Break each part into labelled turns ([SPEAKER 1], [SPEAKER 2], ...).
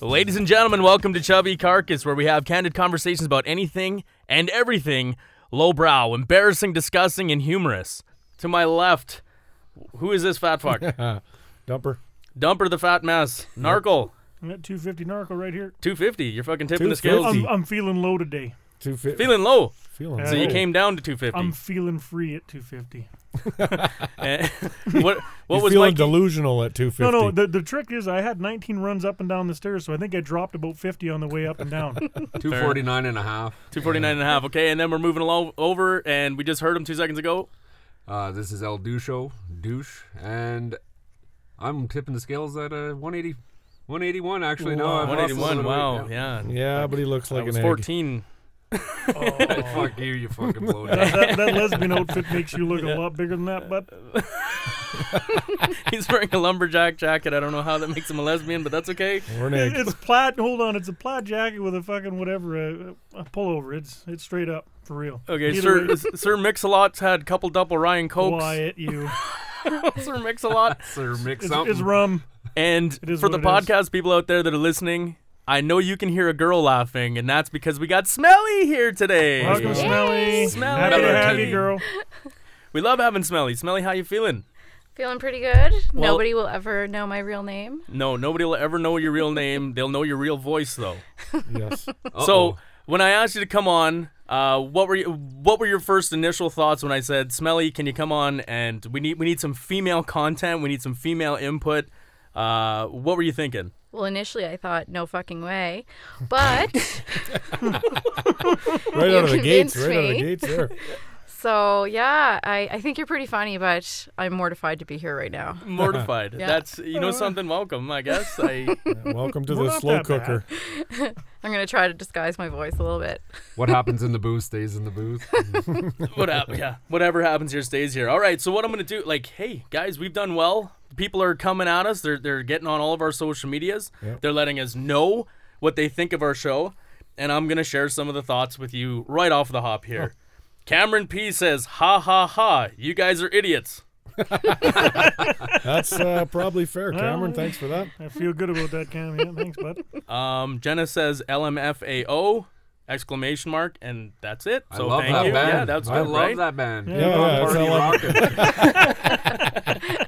[SPEAKER 1] Ladies and gentlemen, welcome to Chubby Carcass, where we have candid conversations about anything and everything lowbrow, embarrassing, disgusting, and humorous. To my left, who is this fat fuck?
[SPEAKER 2] Dumper.
[SPEAKER 1] Dumper the fat mess. Narkle.
[SPEAKER 3] I got 250 narco right here.
[SPEAKER 1] 250. You're fucking tipping the
[SPEAKER 2] 250.
[SPEAKER 1] scales.
[SPEAKER 3] I'm, I'm feeling low today.
[SPEAKER 2] Two fi-
[SPEAKER 1] Feeling low.
[SPEAKER 2] feeling.
[SPEAKER 1] So you
[SPEAKER 3] Oh.
[SPEAKER 2] low.
[SPEAKER 1] came down to
[SPEAKER 3] I'm
[SPEAKER 1] 250.
[SPEAKER 3] feeling free at 250.
[SPEAKER 1] Eh, what what
[SPEAKER 2] You're
[SPEAKER 1] was
[SPEAKER 2] feeling
[SPEAKER 1] Mikey?
[SPEAKER 2] delusional at 250.
[SPEAKER 3] No, no. The, the trick is I had 19 runs up and down the stairs, so I think I dropped about 50 on the way up and down.
[SPEAKER 4] 249 and a half.
[SPEAKER 1] 249 and a half. Okay, and then we're moving along over, and we just heard him two seconds ago.
[SPEAKER 4] Uh, this is El Ducho, douche, and I'm tipping the scales at uh, 180, 181 actually. No, I've lost a
[SPEAKER 1] 181.
[SPEAKER 4] little weight,
[SPEAKER 1] Wow. Yeah.
[SPEAKER 2] yeah, but he looks
[SPEAKER 1] I
[SPEAKER 2] like
[SPEAKER 1] was
[SPEAKER 2] an
[SPEAKER 1] 14.
[SPEAKER 4] yeah. Fuck you, you fucking bloated.
[SPEAKER 3] that, that lesbian outfit makes you look a lot bigger than that, but
[SPEAKER 1] He's wearing a lumberjack jacket. I don't know how that makes him a lesbian, but that's okay.
[SPEAKER 2] egg. Or an egg.
[SPEAKER 3] it's plaid. Hold on, it's a plaid jacket with a fucking whatever a, a pullover. It's it's straight up for real.
[SPEAKER 1] Okay,
[SPEAKER 3] Either
[SPEAKER 1] Sir
[SPEAKER 3] way,
[SPEAKER 1] Sir Mix-a-Lot's had couple double Ryan Cokes.
[SPEAKER 3] quiet you.
[SPEAKER 1] Sir Mix-a-Lot.
[SPEAKER 4] Sir, mix
[SPEAKER 3] It's,
[SPEAKER 4] something.
[SPEAKER 3] it's rum.
[SPEAKER 1] And
[SPEAKER 3] It is
[SPEAKER 1] for
[SPEAKER 3] what
[SPEAKER 1] the
[SPEAKER 3] it is.
[SPEAKER 1] podcast people out there that are listening, I know you can hear a girl laughing, and that's because we got Smelly here today.
[SPEAKER 3] Welcome, Smelly.
[SPEAKER 1] Smelly.
[SPEAKER 3] Happy to
[SPEAKER 4] Melatonin.
[SPEAKER 3] have you, girl.
[SPEAKER 1] We love having Smelly. Smelly, how you feeling?
[SPEAKER 5] Feeling pretty good.
[SPEAKER 1] Well-
[SPEAKER 5] Nobody will ever know my real name.
[SPEAKER 1] No, nobody will ever know your real name. They'll know your real voice though.
[SPEAKER 2] yes.
[SPEAKER 4] Uh-oh.
[SPEAKER 1] So when I asked you to come on, uh, what were you, what were your first initial thoughts when I said, "Smelly, can you come on?" And we need we need some female content. We need some female input. Uh, what were you thinking?
[SPEAKER 5] Well, initially I thought no fucking way, but
[SPEAKER 2] Right
[SPEAKER 5] You
[SPEAKER 2] out of the gates.
[SPEAKER 5] convinced
[SPEAKER 2] Right out of the
[SPEAKER 5] me.
[SPEAKER 2] gates there.
[SPEAKER 5] so yeah, I, I think you're pretty funny, but I'm mortified to be here right now.
[SPEAKER 1] Mortified.
[SPEAKER 5] Yeah.
[SPEAKER 1] That's you know something. Welcome, I guess. I
[SPEAKER 2] Welcome to
[SPEAKER 3] We're
[SPEAKER 2] the
[SPEAKER 3] not
[SPEAKER 2] slow
[SPEAKER 3] that bad.
[SPEAKER 2] cooker.
[SPEAKER 5] I'm gonna try to disguise my voice a little bit.
[SPEAKER 4] what happens in the booth stays in the booth.
[SPEAKER 1] what hap- yeah, whatever happens here stays here. All right, so what I'm gonna do, like, hey guys, we've done well. People are coming at us. They're they're getting on all of our social medias.
[SPEAKER 2] Yep.
[SPEAKER 1] They're letting us know what they think of our show, and I'm gonna share some of the thoughts with you right off the hop here. Cameron P says, "Ha ha ha! You guys are idiots."
[SPEAKER 2] That's uh, probably fair, Cameron. Thanks for that.
[SPEAKER 3] I feel good about that, Cam. Yeah, thanks, bud.
[SPEAKER 1] Um, Jenna says, "LMFAO!" Exclamation mark, and that's it.
[SPEAKER 4] I
[SPEAKER 1] So
[SPEAKER 4] love
[SPEAKER 1] thank
[SPEAKER 4] that
[SPEAKER 1] you.
[SPEAKER 4] band.
[SPEAKER 1] Yeah, that's
[SPEAKER 4] I
[SPEAKER 1] good,
[SPEAKER 4] love
[SPEAKER 1] right?
[SPEAKER 4] that band.
[SPEAKER 2] yeah,
[SPEAKER 3] Yeah,
[SPEAKER 4] Party
[SPEAKER 2] it's
[SPEAKER 4] rockin'.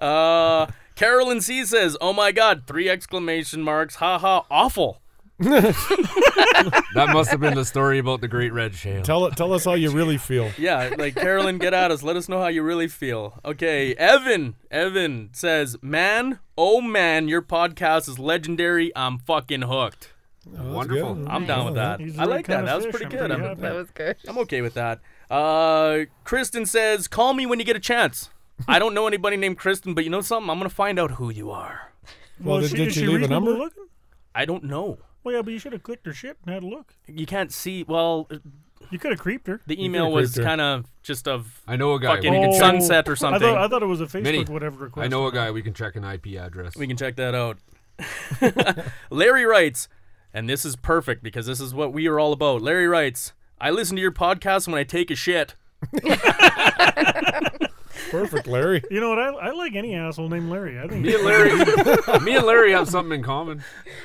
[SPEAKER 1] Uh, Carolyn C says, "Oh my God! Three exclamation marks! Ha ha! Awful."
[SPEAKER 4] that must have been the story about the Great Red Shale.
[SPEAKER 2] Tell it. Tell us how you really feel.
[SPEAKER 1] Yeah, like Carolyn, get at us. Let us know how you really feel. Okay, Evan. Evan says, "Man, oh man, your podcast is legendary. I'm fucking hooked.
[SPEAKER 2] Oh, that's
[SPEAKER 4] Wonderful.
[SPEAKER 2] good.
[SPEAKER 1] I'm down with that.
[SPEAKER 3] He's the
[SPEAKER 1] I
[SPEAKER 3] right
[SPEAKER 1] like that.
[SPEAKER 3] kind of
[SPEAKER 1] That was
[SPEAKER 3] fish.
[SPEAKER 1] pretty
[SPEAKER 3] I'm
[SPEAKER 1] good.
[SPEAKER 3] pretty
[SPEAKER 1] I'm,
[SPEAKER 3] happy.
[SPEAKER 5] That was good.
[SPEAKER 1] I'm okay with that." Uh, Kristen says, "Call me when you get a chance." I don't know anybody named Kristen, but you know something? I'm gonna find out who you are.
[SPEAKER 2] Well,
[SPEAKER 3] Well,
[SPEAKER 2] did-
[SPEAKER 3] she,
[SPEAKER 2] did
[SPEAKER 3] is
[SPEAKER 2] she
[SPEAKER 3] she
[SPEAKER 2] leave a
[SPEAKER 3] reasonable
[SPEAKER 2] number?
[SPEAKER 3] Looking?
[SPEAKER 1] I don't know.
[SPEAKER 3] Well, yeah, but you should have clicked her shit and had a look.
[SPEAKER 1] You can't see. Well,
[SPEAKER 3] You could have creeped her.
[SPEAKER 1] the email
[SPEAKER 2] could've
[SPEAKER 1] was
[SPEAKER 2] creeped her.
[SPEAKER 1] kind of just of
[SPEAKER 4] I know a guy.
[SPEAKER 1] Fucking
[SPEAKER 4] we can
[SPEAKER 1] Oh.
[SPEAKER 4] check-
[SPEAKER 1] sunset or
[SPEAKER 3] I
[SPEAKER 1] something.
[SPEAKER 3] thought, I thought it was a Facebook
[SPEAKER 4] Mini.
[SPEAKER 3] whatever request.
[SPEAKER 4] I know a guy. We can check an IP address.
[SPEAKER 1] We can check that out. Larry writes, and this is perfect because this is what we are all about. Larry writes, I listen to your podcast when I take a shit.
[SPEAKER 2] Perfect, Larry.
[SPEAKER 3] You know what? I, I like any asshole named Larry. I think
[SPEAKER 4] me and Larry, me and Larry have something in common.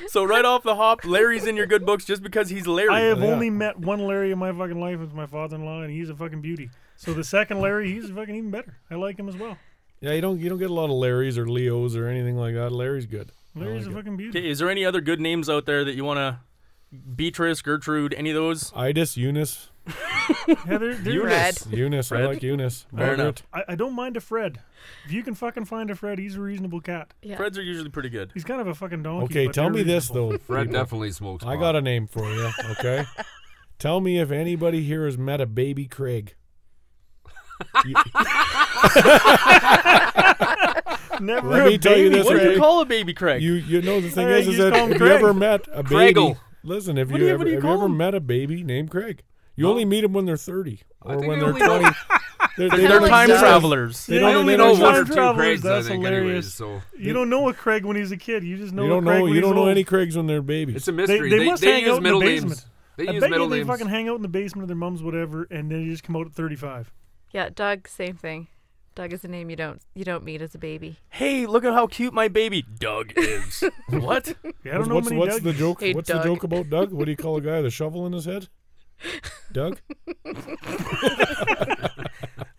[SPEAKER 1] So right off the hop, Larry's in your good books just because he's Larry.
[SPEAKER 3] I have
[SPEAKER 2] Yeah.
[SPEAKER 3] only met one Larry in my fucking life. It's my father-in-law, and he's a fucking beauty. So the second Larry, he's fucking even better. I like him as well.
[SPEAKER 4] Oh
[SPEAKER 2] Yeah, you don't you don't get a lot of Larrys or Leos or anything like that. Larry's good.
[SPEAKER 3] Larry's a fucking beauty.
[SPEAKER 1] Okay, is there any other good names out there that you want to Beatrice, Gertrude, any of those?
[SPEAKER 2] Idis, Eunice,
[SPEAKER 3] Heather, there-
[SPEAKER 5] Fred.
[SPEAKER 2] Eunice. I
[SPEAKER 1] Fred.
[SPEAKER 2] like Eunice.
[SPEAKER 1] Fair enough.
[SPEAKER 2] Margaret.
[SPEAKER 3] I, I don't mind a Fred. If you can fucking find a Fred, he's a reasonable cat.
[SPEAKER 5] Yeah.
[SPEAKER 1] Freds are usually pretty good.
[SPEAKER 3] He's kind of a fucking donkey.
[SPEAKER 2] Okay,
[SPEAKER 3] but
[SPEAKER 2] tell
[SPEAKER 3] they're
[SPEAKER 2] me this
[SPEAKER 3] reasonable.
[SPEAKER 2] though.
[SPEAKER 4] Fred
[SPEAKER 2] people.
[SPEAKER 4] definitely smokes.
[SPEAKER 2] I
[SPEAKER 4] pot.
[SPEAKER 2] got a name for you. Okay. tell me if anybody here has met a baby Craig. You-
[SPEAKER 3] Never
[SPEAKER 2] Let
[SPEAKER 3] a
[SPEAKER 2] me tell you
[SPEAKER 3] baby
[SPEAKER 2] this,
[SPEAKER 1] What
[SPEAKER 3] Fred.
[SPEAKER 1] do you
[SPEAKER 2] Larry.
[SPEAKER 1] call a baby Craig?
[SPEAKER 2] You you know the thing
[SPEAKER 3] Hey,
[SPEAKER 2] is
[SPEAKER 3] you
[SPEAKER 2] is
[SPEAKER 3] just
[SPEAKER 2] that
[SPEAKER 3] call him
[SPEAKER 2] have you
[SPEAKER 3] Craig.
[SPEAKER 2] ever met a baby?
[SPEAKER 4] Craigle.
[SPEAKER 2] Listen, if
[SPEAKER 1] What
[SPEAKER 2] you,
[SPEAKER 1] do you- what
[SPEAKER 2] ever
[SPEAKER 1] do you
[SPEAKER 2] have
[SPEAKER 1] call
[SPEAKER 2] ever
[SPEAKER 1] him?
[SPEAKER 2] met a baby named Craig, you
[SPEAKER 4] No.
[SPEAKER 2] only meet them when they're thirty
[SPEAKER 4] I
[SPEAKER 2] or
[SPEAKER 4] think
[SPEAKER 2] when
[SPEAKER 4] I
[SPEAKER 2] they're
[SPEAKER 4] only
[SPEAKER 2] twenty.
[SPEAKER 4] know-
[SPEAKER 2] They're,
[SPEAKER 1] They're,
[SPEAKER 5] Hell
[SPEAKER 1] time
[SPEAKER 5] yeah.
[SPEAKER 1] travelers.
[SPEAKER 2] They
[SPEAKER 3] Yeah,
[SPEAKER 2] don't
[SPEAKER 4] I only
[SPEAKER 2] even
[SPEAKER 4] know
[SPEAKER 2] know
[SPEAKER 4] one or
[SPEAKER 3] time
[SPEAKER 4] two
[SPEAKER 3] travelers,
[SPEAKER 4] Craigs, I
[SPEAKER 3] that's
[SPEAKER 4] think,
[SPEAKER 3] hilarious.
[SPEAKER 4] anyways. So
[SPEAKER 3] You don't know a Craig when he's a kid. You just know
[SPEAKER 2] you
[SPEAKER 3] a
[SPEAKER 2] don't
[SPEAKER 3] Craig
[SPEAKER 2] know
[SPEAKER 3] when
[SPEAKER 2] you
[SPEAKER 3] he's
[SPEAKER 2] don't know
[SPEAKER 3] old.
[SPEAKER 2] any Craigs when they're babies.
[SPEAKER 4] it's a mystery.
[SPEAKER 3] they
[SPEAKER 4] They,
[SPEAKER 3] must hang out
[SPEAKER 4] use
[SPEAKER 3] in the
[SPEAKER 4] middle
[SPEAKER 3] basement.
[SPEAKER 4] names. They
[SPEAKER 3] I
[SPEAKER 4] use
[SPEAKER 3] bet
[SPEAKER 4] middle
[SPEAKER 3] you they
[SPEAKER 4] names.
[SPEAKER 3] fucking hang out in the basement of their mom's whatever, and then you just come out at 35.
[SPEAKER 5] Yeah, Doug, same thing. Doug is a name you don't you don't meet as a baby.
[SPEAKER 1] Hey, look at how cute my baby Doug is. what?
[SPEAKER 3] Yeah, I don't know
[SPEAKER 2] what's
[SPEAKER 3] many
[SPEAKER 2] what's
[SPEAKER 3] Doug-
[SPEAKER 2] the joke?
[SPEAKER 5] Hey,
[SPEAKER 2] what's
[SPEAKER 5] Doug.
[SPEAKER 2] the joke about Doug? What do you call a guy with a shovel in his head? Doug?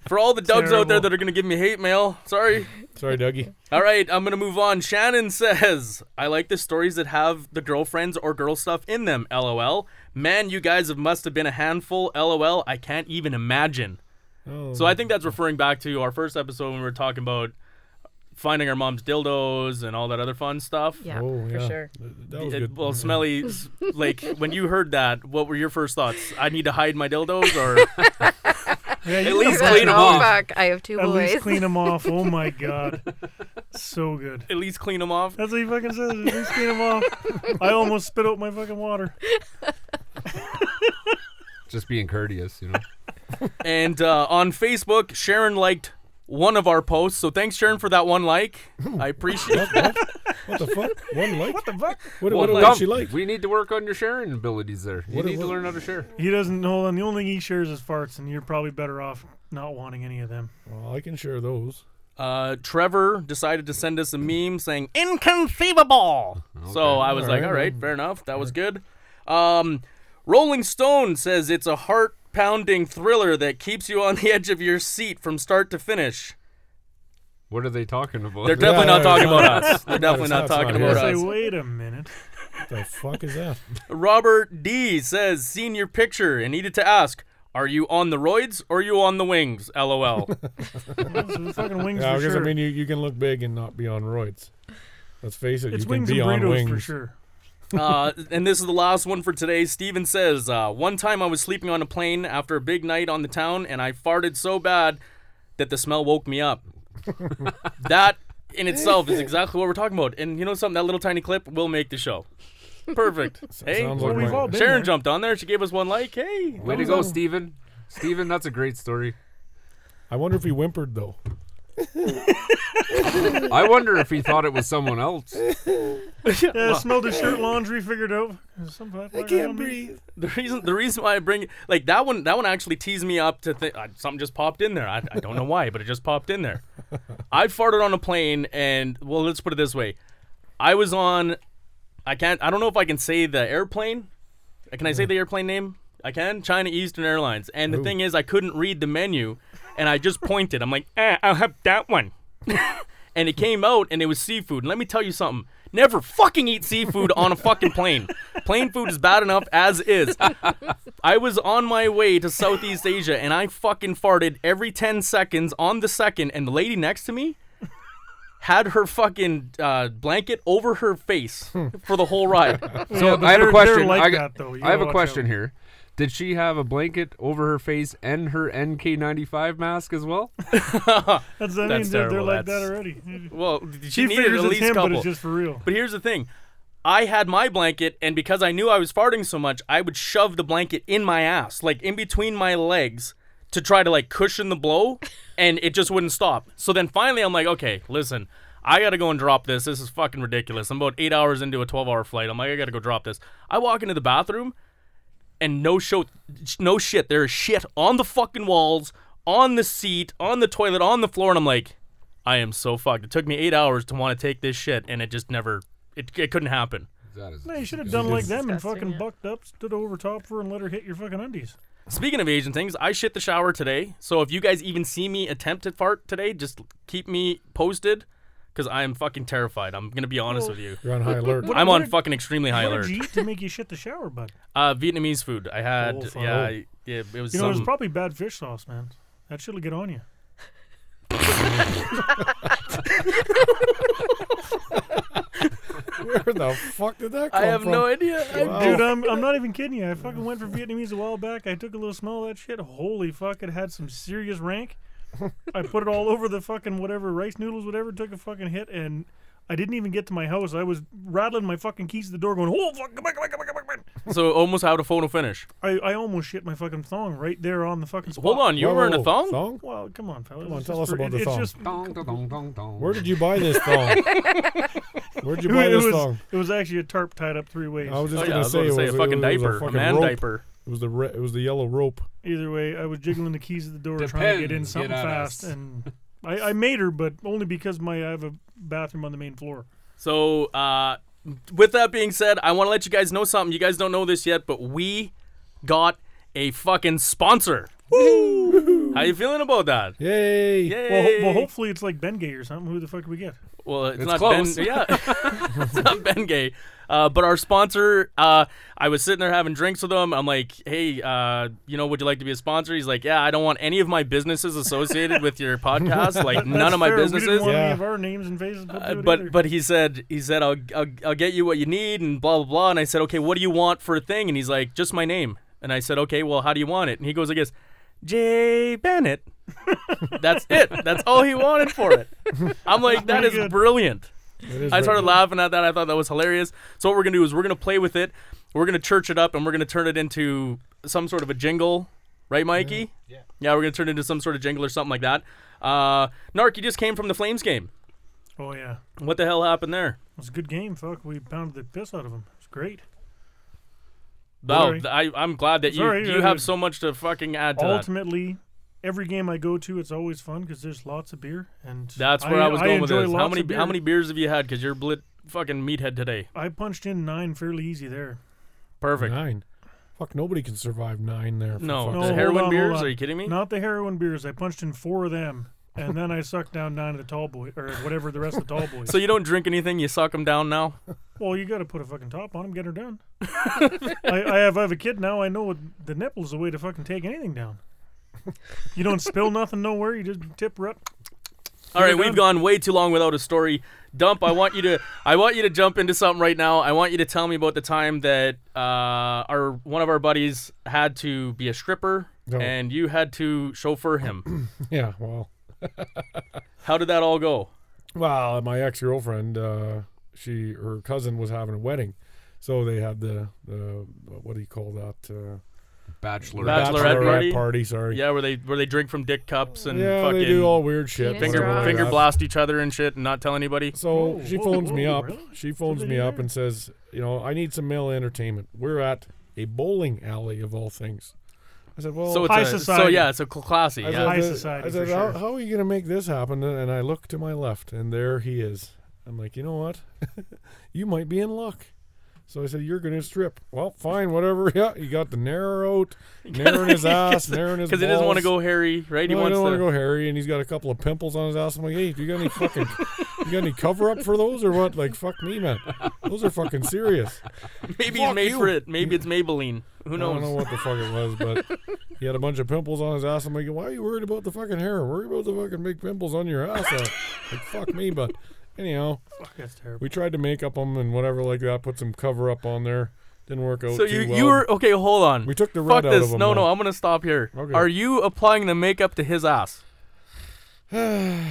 [SPEAKER 1] For all the Dougs out there
[SPEAKER 3] Terrible.
[SPEAKER 1] that are gonna give me hate mail, sorry.
[SPEAKER 2] Sorry, Dougie.
[SPEAKER 1] All right, I'm gonna move on. Shannon says, "I like the stories that have the girlfriends or girl stuff in them." LOL. Man, you guys have must have been a handful. LOL. I can't even imagine.
[SPEAKER 2] Oh.
[SPEAKER 1] So I think that's referring back to our first episode when we were talking about finding our mom's dildos and all that other fun stuff.
[SPEAKER 5] Yeah,
[SPEAKER 2] Oh,
[SPEAKER 5] for
[SPEAKER 2] yeah.
[SPEAKER 5] sure.
[SPEAKER 2] Th- That was
[SPEAKER 1] It-
[SPEAKER 2] good.
[SPEAKER 1] well, Smelly, s- like when you heard that, what were your first thoughts? I need to hide my dildos, or
[SPEAKER 3] Yeah, you
[SPEAKER 4] At
[SPEAKER 3] know that.
[SPEAKER 4] least
[SPEAKER 5] But-
[SPEAKER 4] clean 'em
[SPEAKER 5] oh,
[SPEAKER 4] off.
[SPEAKER 5] fuck, I have two
[SPEAKER 3] At
[SPEAKER 5] boys.
[SPEAKER 3] least clean them off. Oh my god, so good.
[SPEAKER 1] at least clean them off?
[SPEAKER 3] That's what he fucking says. At least clean them off. I almost spit out my fucking water.
[SPEAKER 4] Just being courteous, you know.
[SPEAKER 1] And uh, on Facebook, Sharon liked one of our posts, so thanks, Sharon, for that one like. I appreciate.
[SPEAKER 2] What the fuck? One like? What the fuck? What,
[SPEAKER 1] One
[SPEAKER 2] what,
[SPEAKER 1] like.
[SPEAKER 2] did she like?
[SPEAKER 4] We need to work on your sharing abilities there. You
[SPEAKER 2] What-
[SPEAKER 4] need to
[SPEAKER 2] what-
[SPEAKER 4] learn how to share.
[SPEAKER 3] He doesn't hold on. The only thing he shares is farts, and you're probably better off not wanting any of them.
[SPEAKER 2] Well, I can share those.
[SPEAKER 1] Uh, Trevor decided to send us a meme saying "inconceivable," so I was
[SPEAKER 2] All
[SPEAKER 1] like,
[SPEAKER 2] right.
[SPEAKER 1] "All right, fair enough. That was good." Um, Rolling Stone says it's a heart-pounding thriller that keeps you on the edge of your seat from start to finish.
[SPEAKER 4] What are they talking about?
[SPEAKER 1] They're definitely not
[SPEAKER 2] yeah,
[SPEAKER 1] talking
[SPEAKER 2] it's
[SPEAKER 1] about us. They're definitely not
[SPEAKER 2] it's not
[SPEAKER 1] talking
[SPEAKER 2] funny.
[SPEAKER 1] about
[SPEAKER 3] I say,
[SPEAKER 1] us.
[SPEAKER 3] wait a minute.
[SPEAKER 2] What the fuck is that?
[SPEAKER 1] Robert D says, "Seen your picture and needed to ask, are you on the roids or are you on the wings?" LOL.
[SPEAKER 3] Well, so the fucking wings
[SPEAKER 2] Yeah,
[SPEAKER 3] for
[SPEAKER 2] because
[SPEAKER 3] sure.
[SPEAKER 2] I mean, you, you can look big and not be on roids. Let's face it,
[SPEAKER 3] it's
[SPEAKER 2] you can
[SPEAKER 3] wings
[SPEAKER 2] be
[SPEAKER 3] and
[SPEAKER 2] on
[SPEAKER 3] burritos
[SPEAKER 2] wings.
[SPEAKER 3] for sure.
[SPEAKER 1] uh, and this is the last one for today. Steven says, uh, One time I was sleeping on a plane after a big night on the town, and I farted so bad that the smell woke me up. that in itself is exactly what we're talking about. And you know something? That little tiny clip will make the show. Perfect. hey,
[SPEAKER 2] Sounds
[SPEAKER 3] Well,
[SPEAKER 2] like
[SPEAKER 3] we've
[SPEAKER 2] my-
[SPEAKER 3] all been
[SPEAKER 1] Sharon
[SPEAKER 3] there.
[SPEAKER 1] jumped on there. She gave us one like. Hey.
[SPEAKER 4] Way to go, Steven. Steven, that's a great story.
[SPEAKER 2] I wonder if he whimpered though.
[SPEAKER 4] I wonder if he thought it was someone else.
[SPEAKER 3] Yeah, smelled his shirt laundry, figured out. Some I can't breathe.
[SPEAKER 1] The reason the reason why I bring like that one that one actually teased me up to think uh, something just popped in there. I, I don't know why, but it just popped in there. I farted on a plane, and well, let's put it this way: I was on. I can't. I don't know if I can say the airplane. Uh, Can I say the airplane name? I can. China Eastern Airlines. And the thing is, I couldn't read the menu, and I just pointed. I'm like, eh, I'll have that one. and it came out, and it was seafood. And let me tell you something. Never fucking eat seafood on a fucking plane. Plane food is bad enough as is. I was on my way to Southeast Asia and I fucking farted every 10 seconds on the second, and the lady next to me had her fucking uh, blanket over her face for the whole ride.
[SPEAKER 4] So
[SPEAKER 3] Yeah, but
[SPEAKER 4] I have a
[SPEAKER 3] they're-
[SPEAKER 4] question.
[SPEAKER 3] they're like
[SPEAKER 4] I, g-
[SPEAKER 3] that, though. You
[SPEAKER 4] I have
[SPEAKER 3] gotta
[SPEAKER 4] a
[SPEAKER 3] watch
[SPEAKER 4] question
[SPEAKER 3] out.
[SPEAKER 4] here. Did she have a blanket over her face and her NK95 mask as well?
[SPEAKER 3] That's, I
[SPEAKER 1] That's
[SPEAKER 3] mean, they're, they're
[SPEAKER 1] terrible,
[SPEAKER 3] like
[SPEAKER 1] that's-
[SPEAKER 3] that already.
[SPEAKER 1] Well, she
[SPEAKER 3] he
[SPEAKER 1] needed
[SPEAKER 3] figures
[SPEAKER 1] at
[SPEAKER 3] it's
[SPEAKER 1] least
[SPEAKER 3] him,
[SPEAKER 1] couple.
[SPEAKER 3] but it's just for real.
[SPEAKER 1] But here's the thing. I had my blanket, and because I knew I was farting so much, I would shove the blanket in my ass, like in between my legs, to try to like cushion the blow, and it just wouldn't stop. So then finally, I'm like, okay, listen, I gotta go and drop this. This is fucking ridiculous. I'm about eight hours into a 12 hour flight. I'm like, I gotta go drop this. I walk into the bathroom, and no show, no shit. There is shit on the fucking walls, on the seat, on the toilet, on the floor, and I'm like, I am so fucked. It took me eight hours to want to take this shit, and it just never. It, it couldn't happen.
[SPEAKER 4] That is
[SPEAKER 3] No, you should have done like them and
[SPEAKER 5] Disgusting,
[SPEAKER 3] fucking
[SPEAKER 5] yeah.
[SPEAKER 3] bucked up, stood over top for, her and let her hit your fucking undies.
[SPEAKER 1] Speaking of Asian things, I shit the shower today. So if you guys even see me attempt to fart today, just keep me posted, because I am fucking terrified. I'm gonna be honest with you.
[SPEAKER 2] You're on high
[SPEAKER 5] Hmm.
[SPEAKER 2] alert.
[SPEAKER 1] I'm on
[SPEAKER 3] did-
[SPEAKER 1] fucking extremely high
[SPEAKER 3] What
[SPEAKER 1] alert.
[SPEAKER 3] did you eat to make you shit the shower, bud?
[SPEAKER 1] Uh, Vietnamese food. I had
[SPEAKER 3] Oh, fuck.
[SPEAKER 1] yeah, I, yeah, it was
[SPEAKER 3] You know, it was
[SPEAKER 1] some.
[SPEAKER 3] probably bad fish sauce, man. That shit'll get on you.
[SPEAKER 2] Where the fuck did that come
[SPEAKER 1] I have
[SPEAKER 2] from?
[SPEAKER 1] no idea. I-
[SPEAKER 4] Oh.
[SPEAKER 2] Wow.
[SPEAKER 3] Dude, I'm, I'm not even kidding you. I fucking went for Vietnamese a while back. I took a little smell of that shit. Holy fuck, it had some serious rank. I put it all over the fucking whatever rice noodles, whatever. Took a fucking hit, and I didn't even get to my house. I was rattling my fucking keys to the door, going, "Oh fuck, come on, come on, come on, come on, come on!"
[SPEAKER 1] so almost how to photo finish.
[SPEAKER 3] I, I almost shit my fucking thong right there on the fucking spot.
[SPEAKER 1] Hold on, you
[SPEAKER 2] Whoa,
[SPEAKER 1] were in a
[SPEAKER 2] whoa,
[SPEAKER 1] thong?
[SPEAKER 2] Thong?
[SPEAKER 3] Well, come on, fellas.
[SPEAKER 2] on,
[SPEAKER 3] It's
[SPEAKER 2] tell us
[SPEAKER 3] just for-
[SPEAKER 2] about
[SPEAKER 3] it-
[SPEAKER 2] the
[SPEAKER 3] it's
[SPEAKER 2] thong.
[SPEAKER 3] just-
[SPEAKER 4] Dong, dong, dong, dong.
[SPEAKER 2] Where did you buy this thong? Where did you buy
[SPEAKER 3] it,
[SPEAKER 2] this
[SPEAKER 3] was,
[SPEAKER 2] thong?
[SPEAKER 3] it was actually a tarp tied up three ways.
[SPEAKER 2] I was
[SPEAKER 1] Oh,
[SPEAKER 2] just
[SPEAKER 1] yeah, I
[SPEAKER 2] gonna
[SPEAKER 1] was
[SPEAKER 2] say,
[SPEAKER 1] gonna
[SPEAKER 2] it
[SPEAKER 1] say
[SPEAKER 2] was
[SPEAKER 1] a fucking
[SPEAKER 2] it was
[SPEAKER 1] diaper,
[SPEAKER 2] a,
[SPEAKER 1] a
[SPEAKER 2] fucking
[SPEAKER 1] man
[SPEAKER 2] rope.
[SPEAKER 1] diaper.
[SPEAKER 2] It was the re- it was the yellow rope.
[SPEAKER 3] Either way, I was jiggling the keys of the door trying to get in
[SPEAKER 4] Depends,
[SPEAKER 3] something
[SPEAKER 4] get at
[SPEAKER 3] fast,
[SPEAKER 4] us.
[SPEAKER 3] and I, I made her, but only because my I have a bathroom on the main floor.
[SPEAKER 1] So, uh, with that being said, I want to let you guys know something. You guys don't know this yet, but we got a fucking sponsor. How you feeling about that?
[SPEAKER 2] Yay!
[SPEAKER 1] Yay!
[SPEAKER 3] Well, ho- well, hopefully it's like Ben Gay or something. Who the fuck do we get?
[SPEAKER 1] Well, it's,
[SPEAKER 4] It's
[SPEAKER 1] not
[SPEAKER 4] close.
[SPEAKER 1] Ben. Yeah, it's not Ben Gay. Uh, but our sponsor, uh, I was sitting there having drinks with him. I'm like, hey, uh, you know, would you like to be a sponsor? He's like, yeah, I don't want any of my businesses associated with your podcast. Like, none
[SPEAKER 3] That's
[SPEAKER 1] of my
[SPEAKER 3] fair. We
[SPEAKER 1] businesses.
[SPEAKER 3] didn't want
[SPEAKER 2] Yeah.
[SPEAKER 3] any of our names and faces put
[SPEAKER 1] Uh,
[SPEAKER 3] to it either.
[SPEAKER 1] but but he said he said I'll, I'll I'll get you what you need and blah blah blah and I said okay what do you want for a thing and he's like just my name and I said okay well how do you want it and he goes I guess Jay Bennett that's it that's all he wanted for it I'm like that is
[SPEAKER 3] Pretty good.
[SPEAKER 1] brilliant
[SPEAKER 2] It is
[SPEAKER 1] I started
[SPEAKER 2] right.
[SPEAKER 1] laughing at that I thought that was hilarious so what we're gonna do is we're gonna play with it we're gonna church it up and we're gonna turn it into some sort of a jingle right Mikey yeah yeah we're gonna turn it into some sort of jingle or something like that uh Narc you just came from the Flames game
[SPEAKER 3] oh yeah, it
[SPEAKER 1] what the hell happened there.
[SPEAKER 3] was a good game. Fuck, we pounded the piss out of him. It's great.
[SPEAKER 1] Wow,
[SPEAKER 3] Sorry.
[SPEAKER 1] th- I, I'm glad that you
[SPEAKER 3] Sorry,
[SPEAKER 1] you
[SPEAKER 3] uh,
[SPEAKER 1] have so much to fucking add to that.
[SPEAKER 3] Ultimately, every game I go to, it's always fun because there's lots of beer, and
[SPEAKER 1] That's where I, was going with
[SPEAKER 3] enjoy
[SPEAKER 1] this. How
[SPEAKER 3] lots
[SPEAKER 1] many
[SPEAKER 3] of beer.
[SPEAKER 1] how many beers have you had? Because you're blit fucking meathead today.
[SPEAKER 3] I punched in nine fairly easy there.
[SPEAKER 1] Perfect.
[SPEAKER 2] nine. Fuck, nobody can survive nine there. for
[SPEAKER 1] No,
[SPEAKER 2] fuck's
[SPEAKER 1] the
[SPEAKER 3] No,
[SPEAKER 2] sake.
[SPEAKER 1] heroin
[SPEAKER 3] hold on, hold
[SPEAKER 1] beers.
[SPEAKER 3] on.
[SPEAKER 1] Are you kidding me?
[SPEAKER 3] Not the heroin beers. I punched in four of them, and then I sucked down nine of the tall boy or whatever the rest of the tall boys.
[SPEAKER 1] So you don't drink anything. You suck them down now.
[SPEAKER 3] well, you got to put a fucking top on them, get her done. I, I have I have a kid now. I know what the nipple's the way to fucking take anything down. You don't spill nothing nowhere. You just tip her up.
[SPEAKER 1] All right, we've
[SPEAKER 3] done.
[SPEAKER 1] gone way too long without a story. Dump. I want you to I want you to jump into something right now. I want you to tell me about the time that uh, our one of our buddies had to be a stripper
[SPEAKER 2] No.
[SPEAKER 1] and you had to chauffeur him.
[SPEAKER 2] Yeah, well,
[SPEAKER 1] How did that all go?
[SPEAKER 2] well, my ex girlfriend, uh, she her cousin was having a wedding, so they had the the what do you call that? Uh,
[SPEAKER 4] Bachelor.
[SPEAKER 1] Bachelorette party?
[SPEAKER 2] Sorry.
[SPEAKER 1] Yeah, where they where they drink from dick cups and
[SPEAKER 2] Yeah,
[SPEAKER 1] fucking
[SPEAKER 2] they do all weird shit.
[SPEAKER 5] Penis
[SPEAKER 1] finger
[SPEAKER 5] That's right.
[SPEAKER 1] finger
[SPEAKER 2] blast.
[SPEAKER 1] blast each other and shit and not tell anybody.
[SPEAKER 2] So she
[SPEAKER 3] whoa,
[SPEAKER 2] phones me
[SPEAKER 3] whoa,
[SPEAKER 2] up.
[SPEAKER 3] really?
[SPEAKER 2] She phones
[SPEAKER 3] Somebody
[SPEAKER 2] me up
[SPEAKER 3] there?
[SPEAKER 2] and says, you know, I need some male entertainment. We're at a bowling alley of all things. I said, well,
[SPEAKER 1] So it's
[SPEAKER 3] High
[SPEAKER 1] a, so
[SPEAKER 3] society.
[SPEAKER 1] yeah, it's a cl- classy.
[SPEAKER 2] I
[SPEAKER 1] Yeah.
[SPEAKER 2] said,
[SPEAKER 3] High
[SPEAKER 2] "The-
[SPEAKER 3] society
[SPEAKER 2] I said,
[SPEAKER 3] for
[SPEAKER 2] how,
[SPEAKER 3] sure."
[SPEAKER 2] how are you going to make this happen? And I look to my left, and there he is. I'm like, you know what? you might be in luck. So I said, you're going to strip. Well, fine, whatever. Yeah, he got the narrow out, narrowing his ass, narrowing his
[SPEAKER 1] Because he doesn't want to
[SPEAKER 2] balls.
[SPEAKER 1] go hairy, right? He
[SPEAKER 2] No, I
[SPEAKER 1] wants
[SPEAKER 2] don't want
[SPEAKER 1] to.
[SPEAKER 2] to go hairy, and he's got a couple of pimples on his ass. I'm like, hey, do you got any fucking, you got any cover up for those or what? Like, fuck me, man. Those are fucking serious.
[SPEAKER 1] Maybe he's
[SPEAKER 2] Fuck
[SPEAKER 1] made
[SPEAKER 2] you.
[SPEAKER 1] for it. Maybe it's Maybelline. Who
[SPEAKER 2] I don't know
[SPEAKER 1] knows?
[SPEAKER 2] what the fuck it was, but he had a bunch of pimples on his ass. I'm like, why are you worried about the fucking hair? Worry about the fucking big pimples on your ass. Uh, like, fuck me, but anyhow,
[SPEAKER 3] Fuck, that's terrible.
[SPEAKER 2] we tried to make up them and whatever like that. Put some cover up on there. Didn't work out.
[SPEAKER 1] So
[SPEAKER 2] too
[SPEAKER 1] you
[SPEAKER 2] well.
[SPEAKER 1] you were okay. Hold on.
[SPEAKER 2] We took the
[SPEAKER 1] Fuck
[SPEAKER 2] red out
[SPEAKER 1] this.
[SPEAKER 2] of him.
[SPEAKER 1] no, no.
[SPEAKER 2] though.
[SPEAKER 1] I'm gonna stop here.
[SPEAKER 2] Okay.
[SPEAKER 1] Are you applying the makeup to his ass?
[SPEAKER 2] I,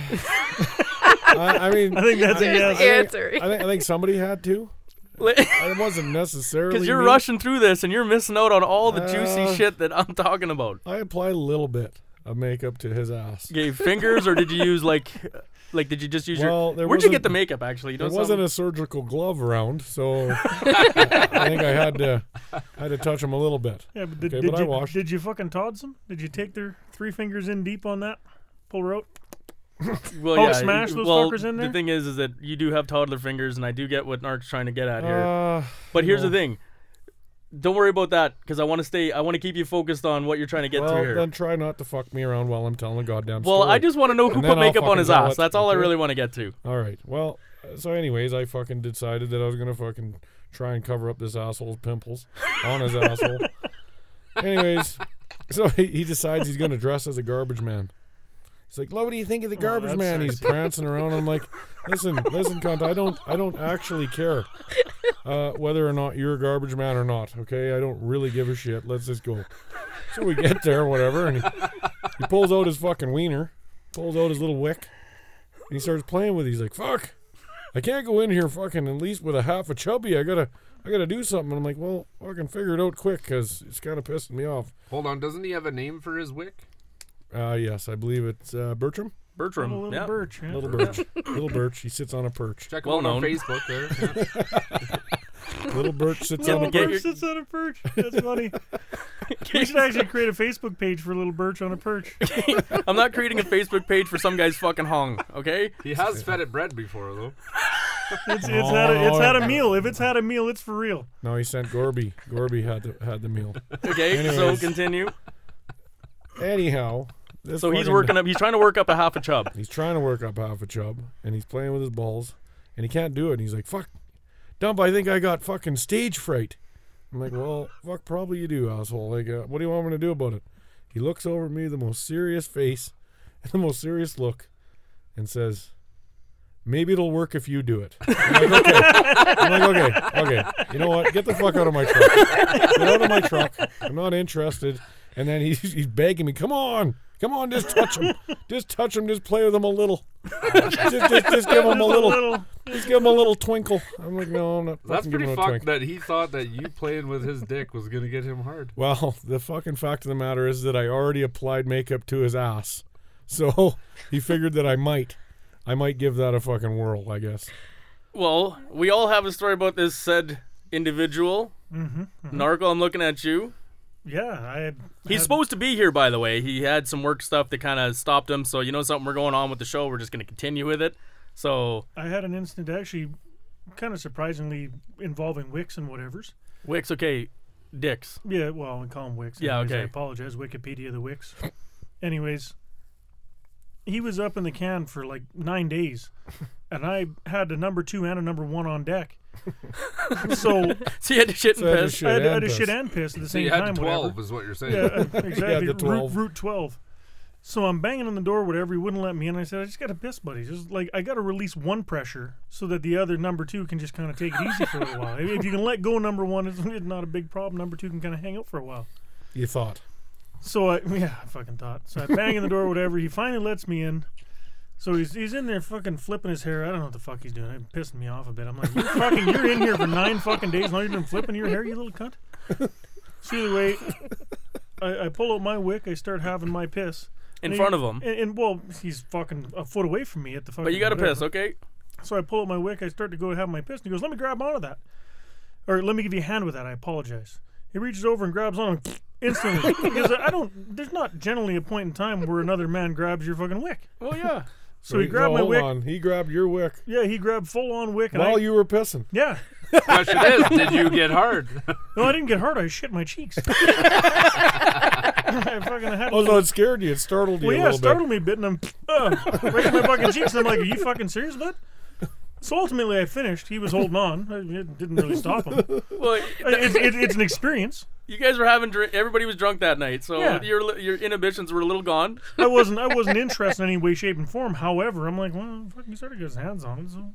[SPEAKER 2] I mean,
[SPEAKER 3] I think that's a
[SPEAKER 5] There's
[SPEAKER 3] yes.
[SPEAKER 5] the answer.
[SPEAKER 2] I think I think somebody had to.
[SPEAKER 1] Because
[SPEAKER 2] It wasn't necessarily
[SPEAKER 1] you're
[SPEAKER 2] me.
[SPEAKER 1] rushing through this and you're missing out on all the juicy
[SPEAKER 2] Uh,
[SPEAKER 1] shit that I'm talking about.
[SPEAKER 2] I apply a little bit of makeup to his ass.
[SPEAKER 1] Gave fingers or did you use like, like did you just use
[SPEAKER 2] Well,
[SPEAKER 1] your?
[SPEAKER 2] there
[SPEAKER 1] Where'd you
[SPEAKER 2] wasn't-
[SPEAKER 1] get the makeup actually? You know
[SPEAKER 2] There wasn't
[SPEAKER 1] something?
[SPEAKER 2] a surgical glove around, so I think I had to had to touch him a little bit.
[SPEAKER 3] Yeah, but did,
[SPEAKER 2] Okay,
[SPEAKER 3] did
[SPEAKER 2] but I
[SPEAKER 3] you
[SPEAKER 2] washed.
[SPEAKER 3] did you fucking Todd's them? Did you take their three fingers in deep on that? Pull her out.
[SPEAKER 1] Well,
[SPEAKER 3] Hulk
[SPEAKER 1] yeah.
[SPEAKER 3] smash those
[SPEAKER 1] well,
[SPEAKER 3] fuckers in
[SPEAKER 1] The
[SPEAKER 3] there?
[SPEAKER 1] thing is, is that you do have toddler fingers, and I do get what Narc's trying to get at here.
[SPEAKER 2] Uh,
[SPEAKER 1] but here's
[SPEAKER 2] no.
[SPEAKER 1] the thing. Don't worry about that, because I want to stay. I want to keep you focused on what you're trying to get
[SPEAKER 2] well,
[SPEAKER 1] to here.
[SPEAKER 2] then try not to fuck me around while I'm telling a goddamn
[SPEAKER 1] well,
[SPEAKER 2] story.
[SPEAKER 1] I just want to know who
[SPEAKER 2] And
[SPEAKER 1] put
[SPEAKER 2] then I'll
[SPEAKER 1] makeup on
[SPEAKER 2] fucking
[SPEAKER 1] his
[SPEAKER 2] tell
[SPEAKER 1] ass.
[SPEAKER 2] it.
[SPEAKER 1] That's all I
[SPEAKER 2] Okay.
[SPEAKER 1] really want to get to.
[SPEAKER 2] All right. Well, uh, so anyways, I fucking decided that I was gonna fucking try and cover up this asshole's pimples on his asshole. Anyways, so he, he decides he's gonna dress as a garbage man. He's like, "Lo, what do you think of the garbage
[SPEAKER 3] that's
[SPEAKER 2] man?" He's prancing around. I'm like, "Listen, listen, cunt. I don't, I don't actually care uh, whether or not you're a garbage man or not. Okay, I don't really give a shit. Let's just go." So we get there, whatever, and he, he pulls out his fucking wiener, pulls out his little wick, and he starts playing with. it. He's like, "Fuck, I can't go in here fucking at least with a half a chubby. I gotta, I gotta do something." And I'm like, "Well, fucking figure it out quick, cause it's kind of pissing me off."
[SPEAKER 4] Hold on, doesn't he have a name for his wick?
[SPEAKER 2] Uh, yes, I believe it's uh, Bertram,
[SPEAKER 1] Bertram.
[SPEAKER 3] A little
[SPEAKER 1] yeah.
[SPEAKER 3] birch. Yeah.
[SPEAKER 2] little birch, little birch. He sits on a perch.
[SPEAKER 4] Check
[SPEAKER 1] Well
[SPEAKER 4] him out on
[SPEAKER 1] known.
[SPEAKER 4] Facebook there. Yeah.
[SPEAKER 2] Little birch sits on
[SPEAKER 3] Little
[SPEAKER 2] a
[SPEAKER 1] get your-
[SPEAKER 3] birch sits on a perch. That's funny. We should actually create a Facebook page for Little Birch on a Perch.
[SPEAKER 1] I'm not creating a Facebook page for some guy's fucking hung, okay?
[SPEAKER 4] He has fed it bread before, though.
[SPEAKER 3] It's, it's, had a,
[SPEAKER 2] Oh,
[SPEAKER 3] it's had a meal. If it's had a meal, it's for real.
[SPEAKER 2] No, he sent Gorby. Gorby had the, had the meal.
[SPEAKER 1] Okay, so
[SPEAKER 2] Anyways.
[SPEAKER 1] continue.
[SPEAKER 2] Anyhow, this
[SPEAKER 1] So he's
[SPEAKER 2] fucking-
[SPEAKER 1] working up. He's trying to work up a half a chub.
[SPEAKER 2] He's trying to work up half a chub, and he's playing with his balls, and he can't do it. And he's like, "Fuck, dump! I think I got fucking stage fright." I'm like, "Well, fuck, probably you do, asshole. Like, uh, what do you want me to do about it?" He looks over at me, the most serious face, and the most serious look, and says, "Maybe it'll work if you do it." I'm like, okay. I'm like, okay, okay. You know what? Get the fuck out of my truck. Get out of my truck. I'm not interested. And then he's, he's begging me, come on, come on, just touch him, just touch him, just play with him a little, just, just, just give him a little, just give him a little twinkle. I'm like, no, I'm not.
[SPEAKER 4] That's
[SPEAKER 2] fucking giving
[SPEAKER 4] pretty
[SPEAKER 2] him a
[SPEAKER 4] fucked
[SPEAKER 2] twinkle."
[SPEAKER 4] that he thought that you playing with his dick was gonna get him hard.
[SPEAKER 2] Well, the fucking fact of the matter is that I already applied makeup to his ass, so he figured that I might, I might give that a fucking whirl, I guess.
[SPEAKER 1] Well, we all have a story about this said individual. Mm-hmm, Narco, I'm looking at you.
[SPEAKER 3] Yeah, I.
[SPEAKER 1] He's
[SPEAKER 3] had-
[SPEAKER 1] supposed to be here, by the way. He had some work stuff that kind of stopped him. So you know something, we're going on with the show. We're just gonna continue with it. So
[SPEAKER 3] I had an incident actually, kind of surprisingly involving Wicks and whatever's.
[SPEAKER 1] Wicks, okay, dicks.
[SPEAKER 3] Yeah, well, we call him Wicks.
[SPEAKER 1] Yeah,
[SPEAKER 3] anyways, I
[SPEAKER 1] okay.
[SPEAKER 3] apologize, Wikipedia the Wicks. anyways, he was up in the can for like nine days, and I had a number two and a number one on deck. so
[SPEAKER 1] So you had to shit and
[SPEAKER 2] So I had to
[SPEAKER 1] piss.
[SPEAKER 2] shit
[SPEAKER 3] I had, I had a
[SPEAKER 2] and
[SPEAKER 3] shit
[SPEAKER 2] piss.
[SPEAKER 3] and piss at the
[SPEAKER 4] So
[SPEAKER 3] same
[SPEAKER 4] you
[SPEAKER 3] time.
[SPEAKER 4] had twelve,
[SPEAKER 3] whatever.
[SPEAKER 4] is what you're saying.
[SPEAKER 3] Yeah, uh, exactly. Route,
[SPEAKER 2] 12.
[SPEAKER 3] Route 12. So I'm banging on the door, whatever. He wouldn't let me in. I said, I just got to piss, buddy. Just like I got to release one pressure so that the other number two can just kind of take it easy for a little while. If- If you can let go, number one it's not a big problem. Number two can kind of hang out for a while.
[SPEAKER 2] You thought?
[SPEAKER 3] So I yeah, I fucking thought. So I bang in the door, whatever. He finally lets me in. So he's he's in there fucking flipping his hair. I don't know what the fuck he's doing. It pissing me off a bit. I'm like, you're fucking, you're in here for nine fucking days. Now you've been flipping your hair, you little cunt. So either way, I, I pull out my wick. I start having my piss
[SPEAKER 1] In
[SPEAKER 3] And
[SPEAKER 1] front of
[SPEAKER 3] he-
[SPEAKER 1] him.
[SPEAKER 3] And, and, well, he's fucking a foot away from me at the fucking.
[SPEAKER 1] But you gotta
[SPEAKER 3] whatever.
[SPEAKER 1] piss, okay?
[SPEAKER 3] So I pull out my wick. I start to go have my piss. And he goes, "Let me grab onto that, or let me give you a hand with that." I apologize. He reaches over and grabs on instantly because I don't. There's not generally a point in time where another man grabs your fucking wick.
[SPEAKER 1] Well, yeah.
[SPEAKER 3] So he grabbed
[SPEAKER 2] oh,
[SPEAKER 3] my
[SPEAKER 2] hold
[SPEAKER 3] wick.
[SPEAKER 2] on. He grabbed your wick
[SPEAKER 3] Yeah, he grabbed full on wick. And I,
[SPEAKER 2] while you were pissing.
[SPEAKER 3] yeah.
[SPEAKER 4] Question is, did you get hard?
[SPEAKER 3] No, I didn't get hurt. I shit my cheeks. I fucking had.
[SPEAKER 2] Oh, so it scared you. It startled you
[SPEAKER 3] Well,
[SPEAKER 2] a
[SPEAKER 3] yeah,
[SPEAKER 2] little
[SPEAKER 3] it startled me a bit, and I'm uh, right in my fucking cheeks. And I'm like, "Are you fucking serious, bud?" So ultimately, I finished. He was holding on. I- It didn't really stop him.
[SPEAKER 1] Well,
[SPEAKER 3] It's, it's, it's an experience.
[SPEAKER 1] you guys were having drink. Everybody was drunk that night, so
[SPEAKER 3] Yeah.
[SPEAKER 1] your li- your inhibitions were a little gone.
[SPEAKER 3] I wasn't I wasn't interested in any way, shape, and form. However, I'm like, well, fuck, he's already got his hands on it, so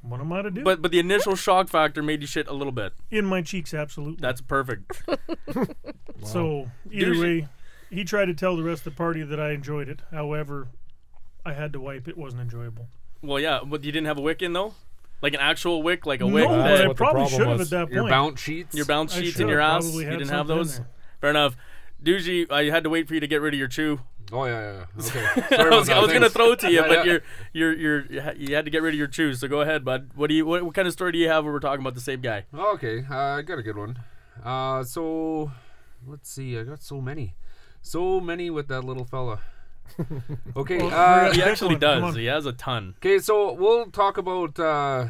[SPEAKER 3] what am I to do?
[SPEAKER 1] But but the initial shock factor made you shit a little bit.
[SPEAKER 3] in my cheeks, absolutely.
[SPEAKER 1] That's perfect.
[SPEAKER 3] so either
[SPEAKER 1] Douchey.
[SPEAKER 3] way, he tried to tell the rest of the party that I enjoyed it. However, I had to wipe. It wasn't enjoyable.
[SPEAKER 1] Well, yeah, but you didn't have a wick in though, like an actual wick, like a
[SPEAKER 3] No,
[SPEAKER 1] wick.
[SPEAKER 2] That's
[SPEAKER 3] but I
[SPEAKER 2] what the
[SPEAKER 3] probably
[SPEAKER 2] problem
[SPEAKER 3] should have at
[SPEAKER 2] was.
[SPEAKER 3] that
[SPEAKER 4] Your
[SPEAKER 3] point.
[SPEAKER 4] bounce sheets.
[SPEAKER 1] your bounce
[SPEAKER 3] I
[SPEAKER 1] sheets
[SPEAKER 3] should
[SPEAKER 1] in your
[SPEAKER 3] have
[SPEAKER 1] ass. You
[SPEAKER 3] probably had
[SPEAKER 1] didn't have
[SPEAKER 3] something in
[SPEAKER 1] those.
[SPEAKER 3] there.
[SPEAKER 1] Fair enough. Doozy, I had to wait for you to get rid of your chew.
[SPEAKER 4] Oh yeah, yeah. yeah. Okay.
[SPEAKER 1] I was,
[SPEAKER 4] Sorry about
[SPEAKER 1] I was
[SPEAKER 4] that.
[SPEAKER 1] gonna
[SPEAKER 4] Thanks. uh,
[SPEAKER 1] throw it to you,
[SPEAKER 4] Yeah,
[SPEAKER 1] but
[SPEAKER 4] yeah.
[SPEAKER 1] you're, you're, you're, you ha- you had to get rid of your chew. So go ahead, bud. What do you, what, what kind of story do you have where we're talking about the same guy?
[SPEAKER 4] Okay, uh, I got a good one. Uh, so let's see. I got so many, so many with that little fella. Okay. uh,
[SPEAKER 1] He
[SPEAKER 3] Pick
[SPEAKER 1] actually
[SPEAKER 3] one, come
[SPEAKER 1] does.
[SPEAKER 3] on.
[SPEAKER 1] He has a ton.
[SPEAKER 4] Okay, so we'll talk about uh,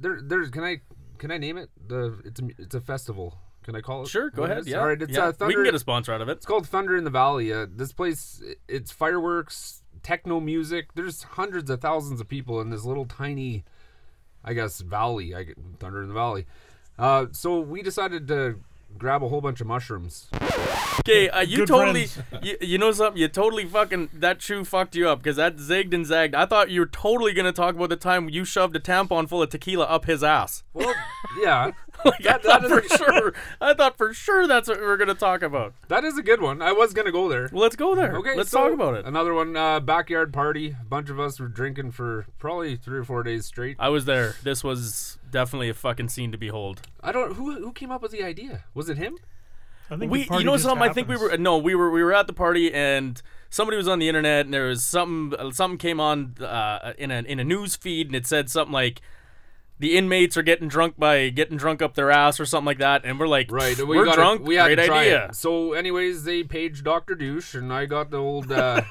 [SPEAKER 4] there. There's can I can I name it? The it's a, mu- it's a festival. Can I call it?
[SPEAKER 1] Sure, go
[SPEAKER 4] what it
[SPEAKER 1] ahead.
[SPEAKER 4] is?
[SPEAKER 1] Yeah,
[SPEAKER 4] All right. It's
[SPEAKER 1] yeah.
[SPEAKER 4] uh, Thunder.
[SPEAKER 1] we can get a sponsor out of it.
[SPEAKER 4] It's called Thunder in the Valley. Uh, this place, i- it's fireworks, techno music. There's hundreds of thousands of people in this little tiny, I guess, valley. I gu- Thunder in the Valley. Uh, so we decided to grab a whole bunch of mushrooms.
[SPEAKER 1] Okay, uh, you
[SPEAKER 3] Good
[SPEAKER 1] totally,
[SPEAKER 3] friends.
[SPEAKER 1] you, you know something? You totally fucking that chew fucked you up because that zigged and zagged. I thought you were totally gonna talk about the time you shoved a tampon full of tequila up his ass.
[SPEAKER 4] Well, yeah,
[SPEAKER 1] I thought for sure. I thought for sure that's what we were gonna talk about.
[SPEAKER 4] that is a good one. I was gonna go there.
[SPEAKER 1] Well, let's go there.
[SPEAKER 4] Okay,
[SPEAKER 1] let's
[SPEAKER 4] so
[SPEAKER 1] talk about it.
[SPEAKER 4] Another one, uh, backyard party. A bunch of us were drinking for probably three or four days straight.
[SPEAKER 1] I was there. This was definitely a fucking scene to behold.
[SPEAKER 4] I don't who who came up with the idea. Was it him?
[SPEAKER 3] I think the
[SPEAKER 1] We, you
[SPEAKER 3] party
[SPEAKER 1] know
[SPEAKER 3] just
[SPEAKER 1] something? I think we
[SPEAKER 3] happens.
[SPEAKER 1] were no, we were we were at the party and somebody was on the internet and there was something uh, something came on uh, in a in a news feed and it said something like the inmates are getting drunk by getting drunk up their ass or something like that, and we're like,
[SPEAKER 4] Right, we
[SPEAKER 1] are
[SPEAKER 4] gotta-
[SPEAKER 1] drunk.
[SPEAKER 4] We had
[SPEAKER 1] Great
[SPEAKER 4] to try
[SPEAKER 1] idea.
[SPEAKER 4] It. So, anyways, they paged Doctor Douche, and I got the old uh,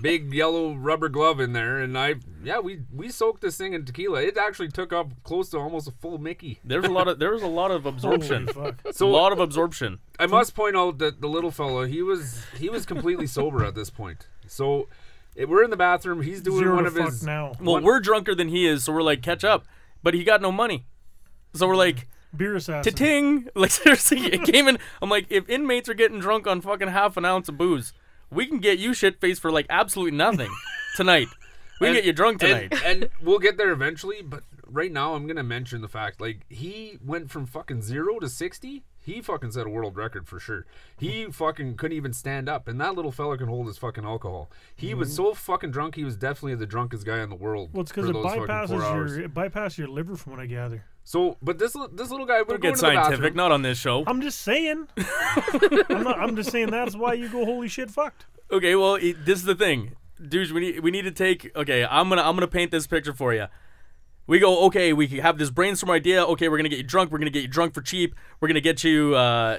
[SPEAKER 4] big yellow rubber glove in there, and I yeah, we we soaked this thing in tequila. It actually took up close to almost a full Mickey.
[SPEAKER 1] There's a lot of there was a lot of absorption.
[SPEAKER 3] Fuck.
[SPEAKER 1] a lot of absorption.
[SPEAKER 4] I must point out that the little fellow he was he was completely sober at this point. So, it, we're in the bathroom. He's doing
[SPEAKER 3] Zero
[SPEAKER 4] one
[SPEAKER 3] to
[SPEAKER 4] of
[SPEAKER 3] fuck
[SPEAKER 4] his
[SPEAKER 3] now.
[SPEAKER 1] Well,
[SPEAKER 4] One-
[SPEAKER 1] we're drunker than he is, so we're like, catch up. But he got no money. So we're like,
[SPEAKER 3] Beer assassin.
[SPEAKER 1] ta-ting. Like, seriously, it came in. I'm like, if inmates are getting drunk on fucking half an ounce of booze, we can get you shit faced for like absolutely nothing tonight. We can
[SPEAKER 4] And-
[SPEAKER 1] get you drunk tonight.
[SPEAKER 4] and, and we'll get there eventually. But right now, I'm gonna mention the fact like he went from fucking zero to sixty. He fucking set a world record for sure. He fucking couldn't even stand up, and that little fella can hold his fucking alcohol. He was so fucking drunk. He was definitely the drunkest guy in the world.
[SPEAKER 3] Well, it's because
[SPEAKER 4] for
[SPEAKER 3] it
[SPEAKER 4] those fucking
[SPEAKER 3] bypasses
[SPEAKER 4] four hours.
[SPEAKER 3] your it bypasses your liver, from what I gather.
[SPEAKER 4] So, but this li- this little guy would
[SPEAKER 1] Don't
[SPEAKER 4] go
[SPEAKER 1] get
[SPEAKER 4] to the
[SPEAKER 1] scientific,
[SPEAKER 4] bathroom.
[SPEAKER 1] not on this show.
[SPEAKER 3] I'm just saying. I'm not. I'm just saying that's why you go holy shit fucked.
[SPEAKER 1] Okay, well, i- this is the thing, dude. We need we need to take. Okay, I'm gonna I'm gonna paint this picture for you. We go okay. We have this brainstorm idea. Okay, we're gonna get you drunk. We're gonna get you drunk for cheap. We're gonna get you. Uh,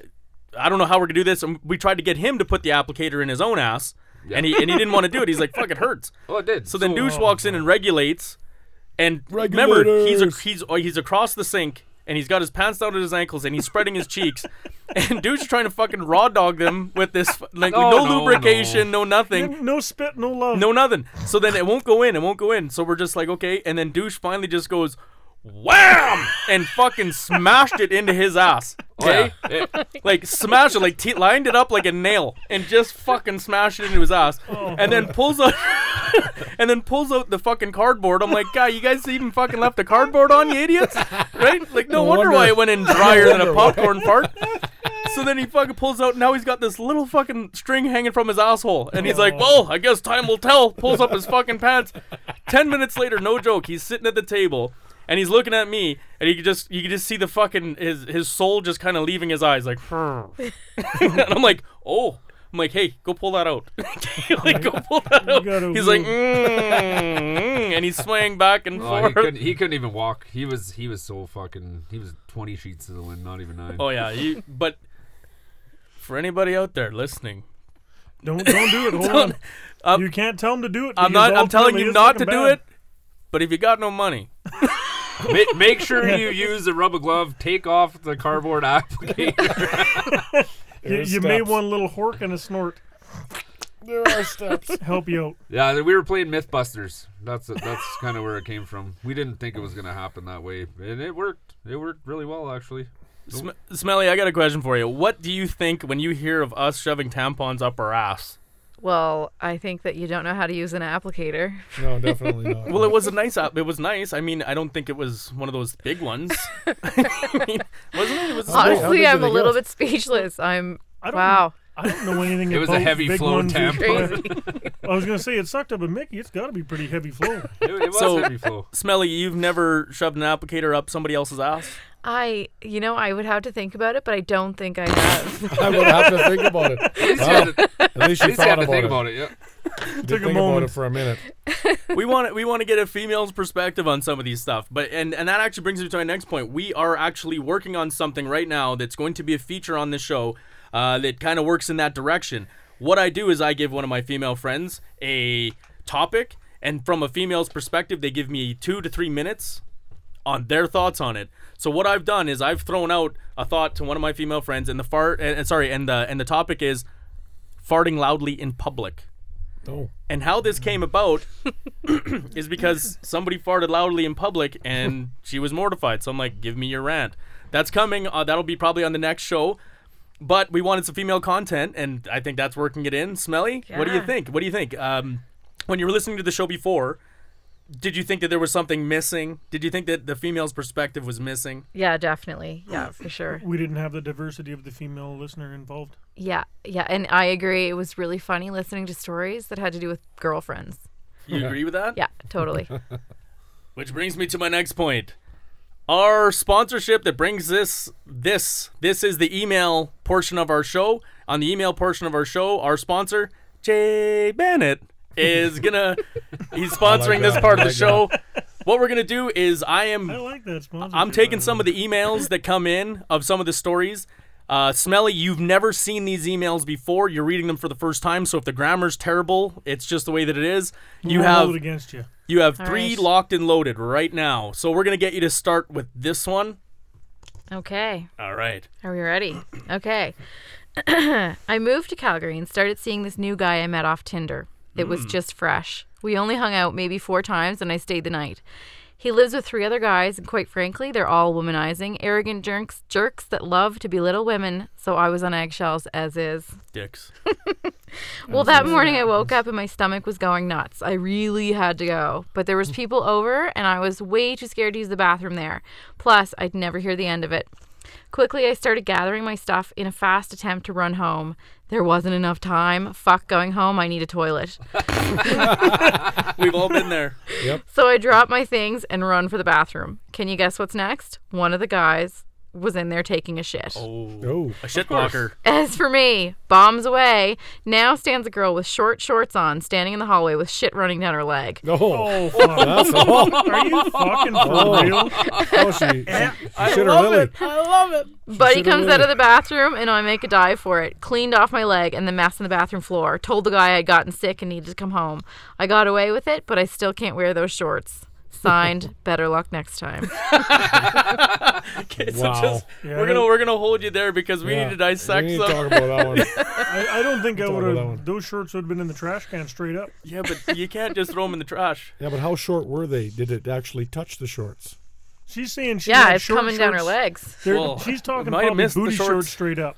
[SPEAKER 1] I don't know how we're gonna do this. And we tried to get him to put the applicator in his own ass, and he and he didn't want to do it. He's like, "Fuck, it hurts."
[SPEAKER 4] Oh, it did.
[SPEAKER 1] So uh, then Douche walks in and regulates. And remember, he's a,
[SPEAKER 2] Regulators.
[SPEAKER 1] he's oh, he's across the sink and he's got his pants down at his ankles and he's spreading his cheeks. And Douche is trying to fucking raw dog them with this f- like
[SPEAKER 4] Oh, No,
[SPEAKER 1] no,
[SPEAKER 4] no,
[SPEAKER 1] lubrication, no, nothing.
[SPEAKER 3] No spit, no love.
[SPEAKER 1] No nothing. So then it won't go in. It won't go in. So we're just like, okay. And then douche finally just goes, wham, and fucking smashed it into his ass.
[SPEAKER 4] Oh, yeah.
[SPEAKER 1] Okay,
[SPEAKER 4] Eh,
[SPEAKER 1] like smashed it, like t- lined it up like a nail, and just fucking smashed it into his ass. And then pulls out, and then pulls out the fucking cardboard. I'm like, God, you guys even fucking left the cardboard on, you idiots, right? Like, no,
[SPEAKER 2] No
[SPEAKER 1] wonder, why
[SPEAKER 2] wonder.
[SPEAKER 1] it went in drier than a
[SPEAKER 2] wonder why.
[SPEAKER 1] popcorn fart. So then he fucking pulls out. Now he's got this little fucking string hanging from his asshole, and he's like, "Well, I guess time will tell." Pulls up his fucking pants. Ten minutes later, no joke, he's sitting at the table, and he's looking at me, and he could just you could just see the fucking his his soul just kind of leaving his eyes, like, "Hmm." and I'm like, "Oh." I'm like, hey, go pull that out. like, go pull that out.
[SPEAKER 3] gotta
[SPEAKER 1] He's like,
[SPEAKER 3] move.
[SPEAKER 1] mm, mm, and he's swaying back and
[SPEAKER 4] oh, he
[SPEAKER 1] forth.
[SPEAKER 4] couldn't. He couldn't even walk. He was. He was so fucking. He was twenty sheets to the wind. Not even nine.
[SPEAKER 1] oh yeah, you, but for anybody out there listening,
[SPEAKER 3] Don't don't do it. Hold on.
[SPEAKER 1] Um,
[SPEAKER 3] you can't tell him to do it.
[SPEAKER 1] I'm
[SPEAKER 3] because
[SPEAKER 1] not. I'm telling
[SPEAKER 3] ultimately
[SPEAKER 1] you
[SPEAKER 3] it's
[SPEAKER 1] not to
[SPEAKER 3] fucking
[SPEAKER 1] do
[SPEAKER 3] bad.
[SPEAKER 1] it. But if you got no money,
[SPEAKER 4] make, make sure you use a rubber glove. Take off the cardboard applicator.
[SPEAKER 3] You,
[SPEAKER 2] There's
[SPEAKER 3] you may
[SPEAKER 2] steps.
[SPEAKER 3] want a little hork and a snort.
[SPEAKER 2] There are steps.
[SPEAKER 3] to Help you out.
[SPEAKER 4] yeah, we were playing MythBusters. That's that's kind of where it came from. We didn't think it was gonna happen that way, and it worked. It worked really well, actually.
[SPEAKER 1] Sm- Smelly, I got a question for you. What do you think when you hear of us shoving tampons up our ass?
[SPEAKER 5] Well, I think that you don't know how to use an applicator.
[SPEAKER 2] No, definitely not.
[SPEAKER 1] Well, it was a nice. Op- it was nice. I mean, I don't think it was one of those big ones, I mean, wasn't it? It was.
[SPEAKER 2] big- how big
[SPEAKER 5] Honestly,
[SPEAKER 2] do
[SPEAKER 5] I'm
[SPEAKER 2] they
[SPEAKER 5] a little
[SPEAKER 2] go?
[SPEAKER 5] bit speechless. I'm
[SPEAKER 3] I don't,
[SPEAKER 5] wow.
[SPEAKER 3] I don't know anything
[SPEAKER 4] It was a
[SPEAKER 3] about
[SPEAKER 4] heavy
[SPEAKER 3] big
[SPEAKER 4] flow
[SPEAKER 3] ones.
[SPEAKER 4] tampon.
[SPEAKER 5] Crazy.
[SPEAKER 3] I was gonna say it sucked up a Mickey. It's got to be pretty heavy flow.
[SPEAKER 4] It, it was
[SPEAKER 1] So-
[SPEAKER 4] heavy flow.
[SPEAKER 1] Smelly, you've never shoved an applicator up somebody else's ass.
[SPEAKER 5] I, you know, I would have to think about it, but I don't think I have.
[SPEAKER 2] I would have to think about it.
[SPEAKER 4] At least you had to,
[SPEAKER 2] At least
[SPEAKER 4] at
[SPEAKER 2] you
[SPEAKER 4] least you had
[SPEAKER 2] thought
[SPEAKER 4] to
[SPEAKER 2] about
[SPEAKER 4] think
[SPEAKER 2] it.
[SPEAKER 4] about it. Yeah.
[SPEAKER 2] You did
[SPEAKER 3] Took a
[SPEAKER 2] think about it
[SPEAKER 3] moment.
[SPEAKER 2] for a minute.
[SPEAKER 1] we want to we want to get a female's perspective on some of these stuff but and and that actually brings me to my next point we are actually working on something right now that's going to be a feature on the show uh, that kind of works in that direction what i do is i give one of my female friends a topic and from a female's perspective they give me two to three minutes on their thoughts on it. So what I've done is I've thrown out a thought to one of my female friends, and the fart, and, and sorry, and the and the topic is farting loudly in public.
[SPEAKER 2] Oh.
[SPEAKER 1] And how this came about is because somebody farted loudly in public, and she was mortified. So I'm like, "Give me your rant." That's coming. Uh, that'll be probably on the next show. But we wanted some female content, and I think that's working it in. Smelly, what do you
[SPEAKER 5] Yeah.
[SPEAKER 1] think? What do you think? Um, when you were listening to the show before, did you think that there was something missing? Did you think that the female's perspective was missing?
[SPEAKER 5] yeah, definitely. Yeah, for sure.
[SPEAKER 3] we didn't have the diversity of the female listener involved.
[SPEAKER 5] Yeah, yeah, and I agree. It was really funny listening to stories that had to do with girlfriends.
[SPEAKER 1] You agree with that?
[SPEAKER 5] Yeah, totally.
[SPEAKER 1] Which brings me to my next point. Our sponsorship that brings this this this is the email portion of our show. On the email portion of our show, our sponsor, Jay Bennett, is gonna he's
[SPEAKER 2] like
[SPEAKER 1] sponsoring this
[SPEAKER 2] that.
[SPEAKER 1] part
[SPEAKER 2] I
[SPEAKER 1] of the
[SPEAKER 2] like
[SPEAKER 1] show. what we're gonna do is I am
[SPEAKER 3] I like that sponsor.
[SPEAKER 1] I'm taking some of the emails that come in of some of the stories. Uh, Smelly, you've never seen these emails before. You're reading them for the first time, so if the grammar's terrible, it's just the way that it is. You have
[SPEAKER 3] it against you.
[SPEAKER 1] you have
[SPEAKER 5] All
[SPEAKER 1] three
[SPEAKER 5] right.
[SPEAKER 1] locked and loaded right now. So we're gonna get you to start with this one.
[SPEAKER 5] Okay.
[SPEAKER 1] All right.
[SPEAKER 5] Are we ready? Okay. I moved to Calgary and started seeing this new guy I met off Tinder. It was just fresh. We only hung out maybe four times and I stayed the night. He lives with three other guys, and quite frankly, they're all womanizing, arrogant jerks, jerks that love to belittle women, so I was on eggshells as is.
[SPEAKER 1] Dicks.
[SPEAKER 5] Well, that morning I woke up and my stomach was going nuts. I really had to go, but there was people over and I was way too scared to use the bathroom there. Plus, I'd never hear the end of it. Quickly, I started gathering my stuff in a fast attempt to run home. There wasn't enough time. Fuck going home. I need a toilet.
[SPEAKER 1] We've all been there.
[SPEAKER 5] So I drop my things and run for the bathroom. Can you guess what's next? One of the guys was in there taking a shit.
[SPEAKER 2] Oh,
[SPEAKER 1] A shit blocker.
[SPEAKER 5] As for me, bombs away. Now stands a girl with short shorts on, standing in the hallway with shit running down her leg.
[SPEAKER 2] no. Oh,
[SPEAKER 3] Oh, fuck.
[SPEAKER 2] that's all.
[SPEAKER 3] Are you fucking for
[SPEAKER 2] Oh.
[SPEAKER 3] real?
[SPEAKER 2] Oh, she, she, she shit her
[SPEAKER 1] love
[SPEAKER 2] lily.
[SPEAKER 1] it. I love it.
[SPEAKER 5] Buddy
[SPEAKER 2] should've
[SPEAKER 5] comes
[SPEAKER 2] waited.
[SPEAKER 5] out of the bathroom and I make a dive for it. Cleaned off my leg and the mess on the bathroom floor. Told the guy I'd gotten sick and needed to come home. I got away with it, but I still can't wear those shorts. Signed, better luck next time.
[SPEAKER 1] Okay, so
[SPEAKER 2] Wow.
[SPEAKER 1] just we're gonna we're gonna hold you there because we
[SPEAKER 2] Yeah.
[SPEAKER 1] need to dissect
[SPEAKER 2] We need to
[SPEAKER 1] some.
[SPEAKER 2] talk about that one.
[SPEAKER 3] I, I don't think I
[SPEAKER 2] Talk
[SPEAKER 3] would
[SPEAKER 2] about that one.
[SPEAKER 3] have. Those shorts would have been in the trash can straight up.
[SPEAKER 1] Yeah, but you can't just throw them in the trash.
[SPEAKER 2] Yeah, but how short were they? Did it actually touch the shorts?
[SPEAKER 3] She's saying she
[SPEAKER 5] yeah,
[SPEAKER 3] had
[SPEAKER 5] it's
[SPEAKER 3] short
[SPEAKER 5] coming down her
[SPEAKER 3] shorts.
[SPEAKER 5] legs.
[SPEAKER 3] They're-
[SPEAKER 1] Well,
[SPEAKER 3] she's
[SPEAKER 1] I
[SPEAKER 3] talking
[SPEAKER 1] might have
[SPEAKER 3] probably
[SPEAKER 1] missed the
[SPEAKER 3] booty
[SPEAKER 1] shorts.
[SPEAKER 3] shorts straight up.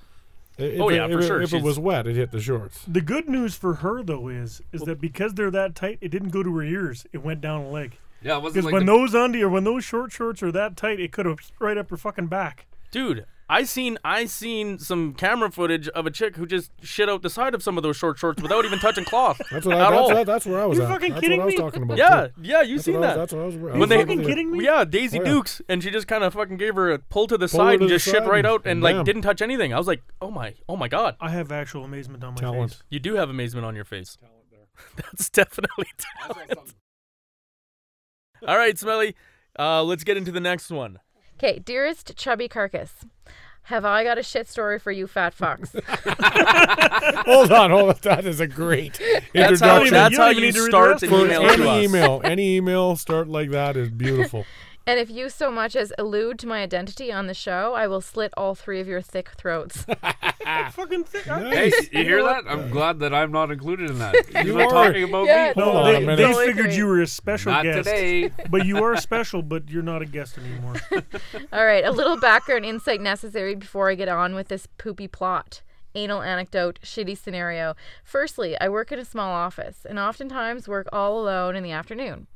[SPEAKER 2] If
[SPEAKER 1] Oh,
[SPEAKER 2] it,
[SPEAKER 1] yeah,
[SPEAKER 2] if
[SPEAKER 1] for
[SPEAKER 2] it,
[SPEAKER 1] sure.
[SPEAKER 2] If
[SPEAKER 1] She's-
[SPEAKER 2] it was wet, it hit the shorts.
[SPEAKER 3] The good news for her though is is that because they're that tight, it didn't go to her ears. It went down her leg.
[SPEAKER 4] Yeah, it wasn't
[SPEAKER 3] Because
[SPEAKER 4] like
[SPEAKER 3] when
[SPEAKER 4] the-
[SPEAKER 3] those undie or when those short shorts are that tight, it could have right up her fucking back.
[SPEAKER 1] Dude, I seen I seen some camera footage of a chick who just shit out the side of some of those short shorts without even touching cloth.
[SPEAKER 2] That's what
[SPEAKER 1] At
[SPEAKER 2] I, that's,
[SPEAKER 1] all.
[SPEAKER 2] that- that's where I was
[SPEAKER 3] You
[SPEAKER 2] at.
[SPEAKER 3] fucking
[SPEAKER 2] that's
[SPEAKER 3] kidding
[SPEAKER 2] what I was
[SPEAKER 3] me?
[SPEAKER 2] talking about.
[SPEAKER 1] yeah,
[SPEAKER 2] too.
[SPEAKER 1] yeah, you
[SPEAKER 2] That's
[SPEAKER 1] seen
[SPEAKER 2] what I
[SPEAKER 1] that.
[SPEAKER 2] was, that's what I was.
[SPEAKER 3] Are you
[SPEAKER 1] When they-
[SPEAKER 3] fucking kidding me?
[SPEAKER 1] yeah, Daisy
[SPEAKER 2] Oh, yeah.
[SPEAKER 1] Dukes, and she just kind of fucking gave her a pull to the
[SPEAKER 2] Pull her
[SPEAKER 1] side
[SPEAKER 2] to
[SPEAKER 1] and
[SPEAKER 2] the
[SPEAKER 1] just shit
[SPEAKER 2] side
[SPEAKER 1] right
[SPEAKER 2] and-
[SPEAKER 1] out and
[SPEAKER 2] Damn.
[SPEAKER 1] like didn't touch anything. I was like, oh my, oh my god,
[SPEAKER 3] I have actual amazement on my
[SPEAKER 2] Talent.
[SPEAKER 3] face.
[SPEAKER 1] you do have amazement on your face. That's definitely talent. All right, Smelly, uh, let's get into the next one.
[SPEAKER 5] Okay, dearest chubby carcass, have I got a shit story for you, fat fox?
[SPEAKER 2] Hold on, hold on. That is a great
[SPEAKER 1] That's how,
[SPEAKER 2] introduction.
[SPEAKER 1] that's
[SPEAKER 3] You
[SPEAKER 1] how
[SPEAKER 3] don't even
[SPEAKER 1] you
[SPEAKER 3] need to read the
[SPEAKER 1] start
[SPEAKER 3] rest
[SPEAKER 1] an
[SPEAKER 3] of it.
[SPEAKER 1] email
[SPEAKER 2] for
[SPEAKER 1] to us.
[SPEAKER 2] any email, any email start like that is beautiful.
[SPEAKER 5] and if you so much as allude to my identity on the show, I will slit all three of your thick throats.
[SPEAKER 3] Fucking thick. I-
[SPEAKER 4] Hey,
[SPEAKER 2] Nice.
[SPEAKER 4] you hear that? I'm glad that I'm not included in that.
[SPEAKER 2] You
[SPEAKER 4] You're not
[SPEAKER 2] are.
[SPEAKER 4] talking about
[SPEAKER 5] Yeah,
[SPEAKER 4] me.
[SPEAKER 2] Hold
[SPEAKER 3] No,
[SPEAKER 2] on a
[SPEAKER 3] they,
[SPEAKER 2] minute.
[SPEAKER 3] they
[SPEAKER 5] Totally
[SPEAKER 3] figured
[SPEAKER 5] agree.
[SPEAKER 3] you were a special
[SPEAKER 4] Not
[SPEAKER 3] guest.
[SPEAKER 4] today.
[SPEAKER 3] But you are special, but you're not a guest anymore.
[SPEAKER 5] All right, a little background insight necessary before I get on with this poopy plot. Anal anecdote, shitty scenario. Firstly, I work in a small office and oftentimes work all alone in the afternoon.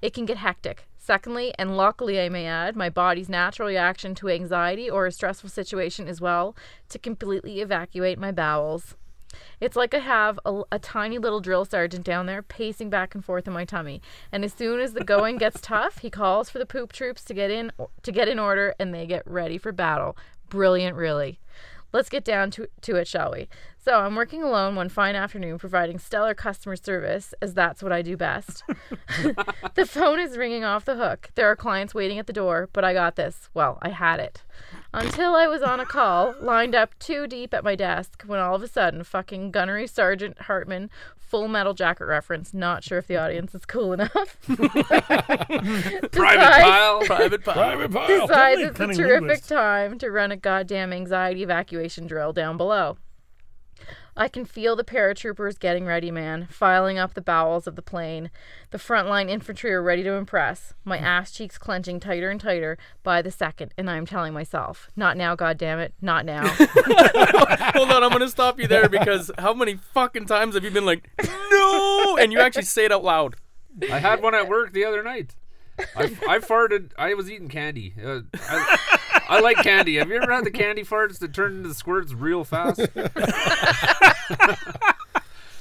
[SPEAKER 5] It can get hectic. Secondly, and luckily I may add, my body's natural reaction to anxiety or a stressful situation is well to completely evacuate my bowels. It's like I have a, a tiny little drill sergeant down there pacing back and forth in my tummy. And as soon as the going gets tough, he calls for the poop troops to get in to get in order and they get ready for battle. Brilliant, really. Let's get down to, to it, shall we? So, I'm working alone one fine afternoon providing stellar customer service, as that's what I do best. the phone is ringing off the hook. There are clients waiting at the door, but I got this. Well, I had it. Until I was on a call, lined up too deep at my desk, when all of a sudden, fucking Gunnery Sergeant Hartman, full metal jacket reference, not sure if the audience is cool enough.
[SPEAKER 4] Private
[SPEAKER 5] decides-
[SPEAKER 4] pile.
[SPEAKER 1] Private pile.
[SPEAKER 2] Private pile.
[SPEAKER 5] decides
[SPEAKER 3] Oh, totally
[SPEAKER 5] it's a
[SPEAKER 3] cunning
[SPEAKER 5] terrific
[SPEAKER 3] linguist.
[SPEAKER 5] time to run a goddamn anxiety evacuation drill down below. I can feel the paratroopers getting ready, man, filing up the bowels of the plane. The frontline infantry are ready to impress. My ass cheeks clenching tighter and tighter by the second, and I'm telling myself, not now, goddammit, not now.
[SPEAKER 1] Hold on, I'm gonna stop you there because how many fucking times have you been like, no, and you actually say it out loud?
[SPEAKER 4] I had one at work the other night. I, I farted. I was eating candy. Uh, I, I like candy. Have you ever had the candy farts that turn into squirts real fast?
[SPEAKER 2] I've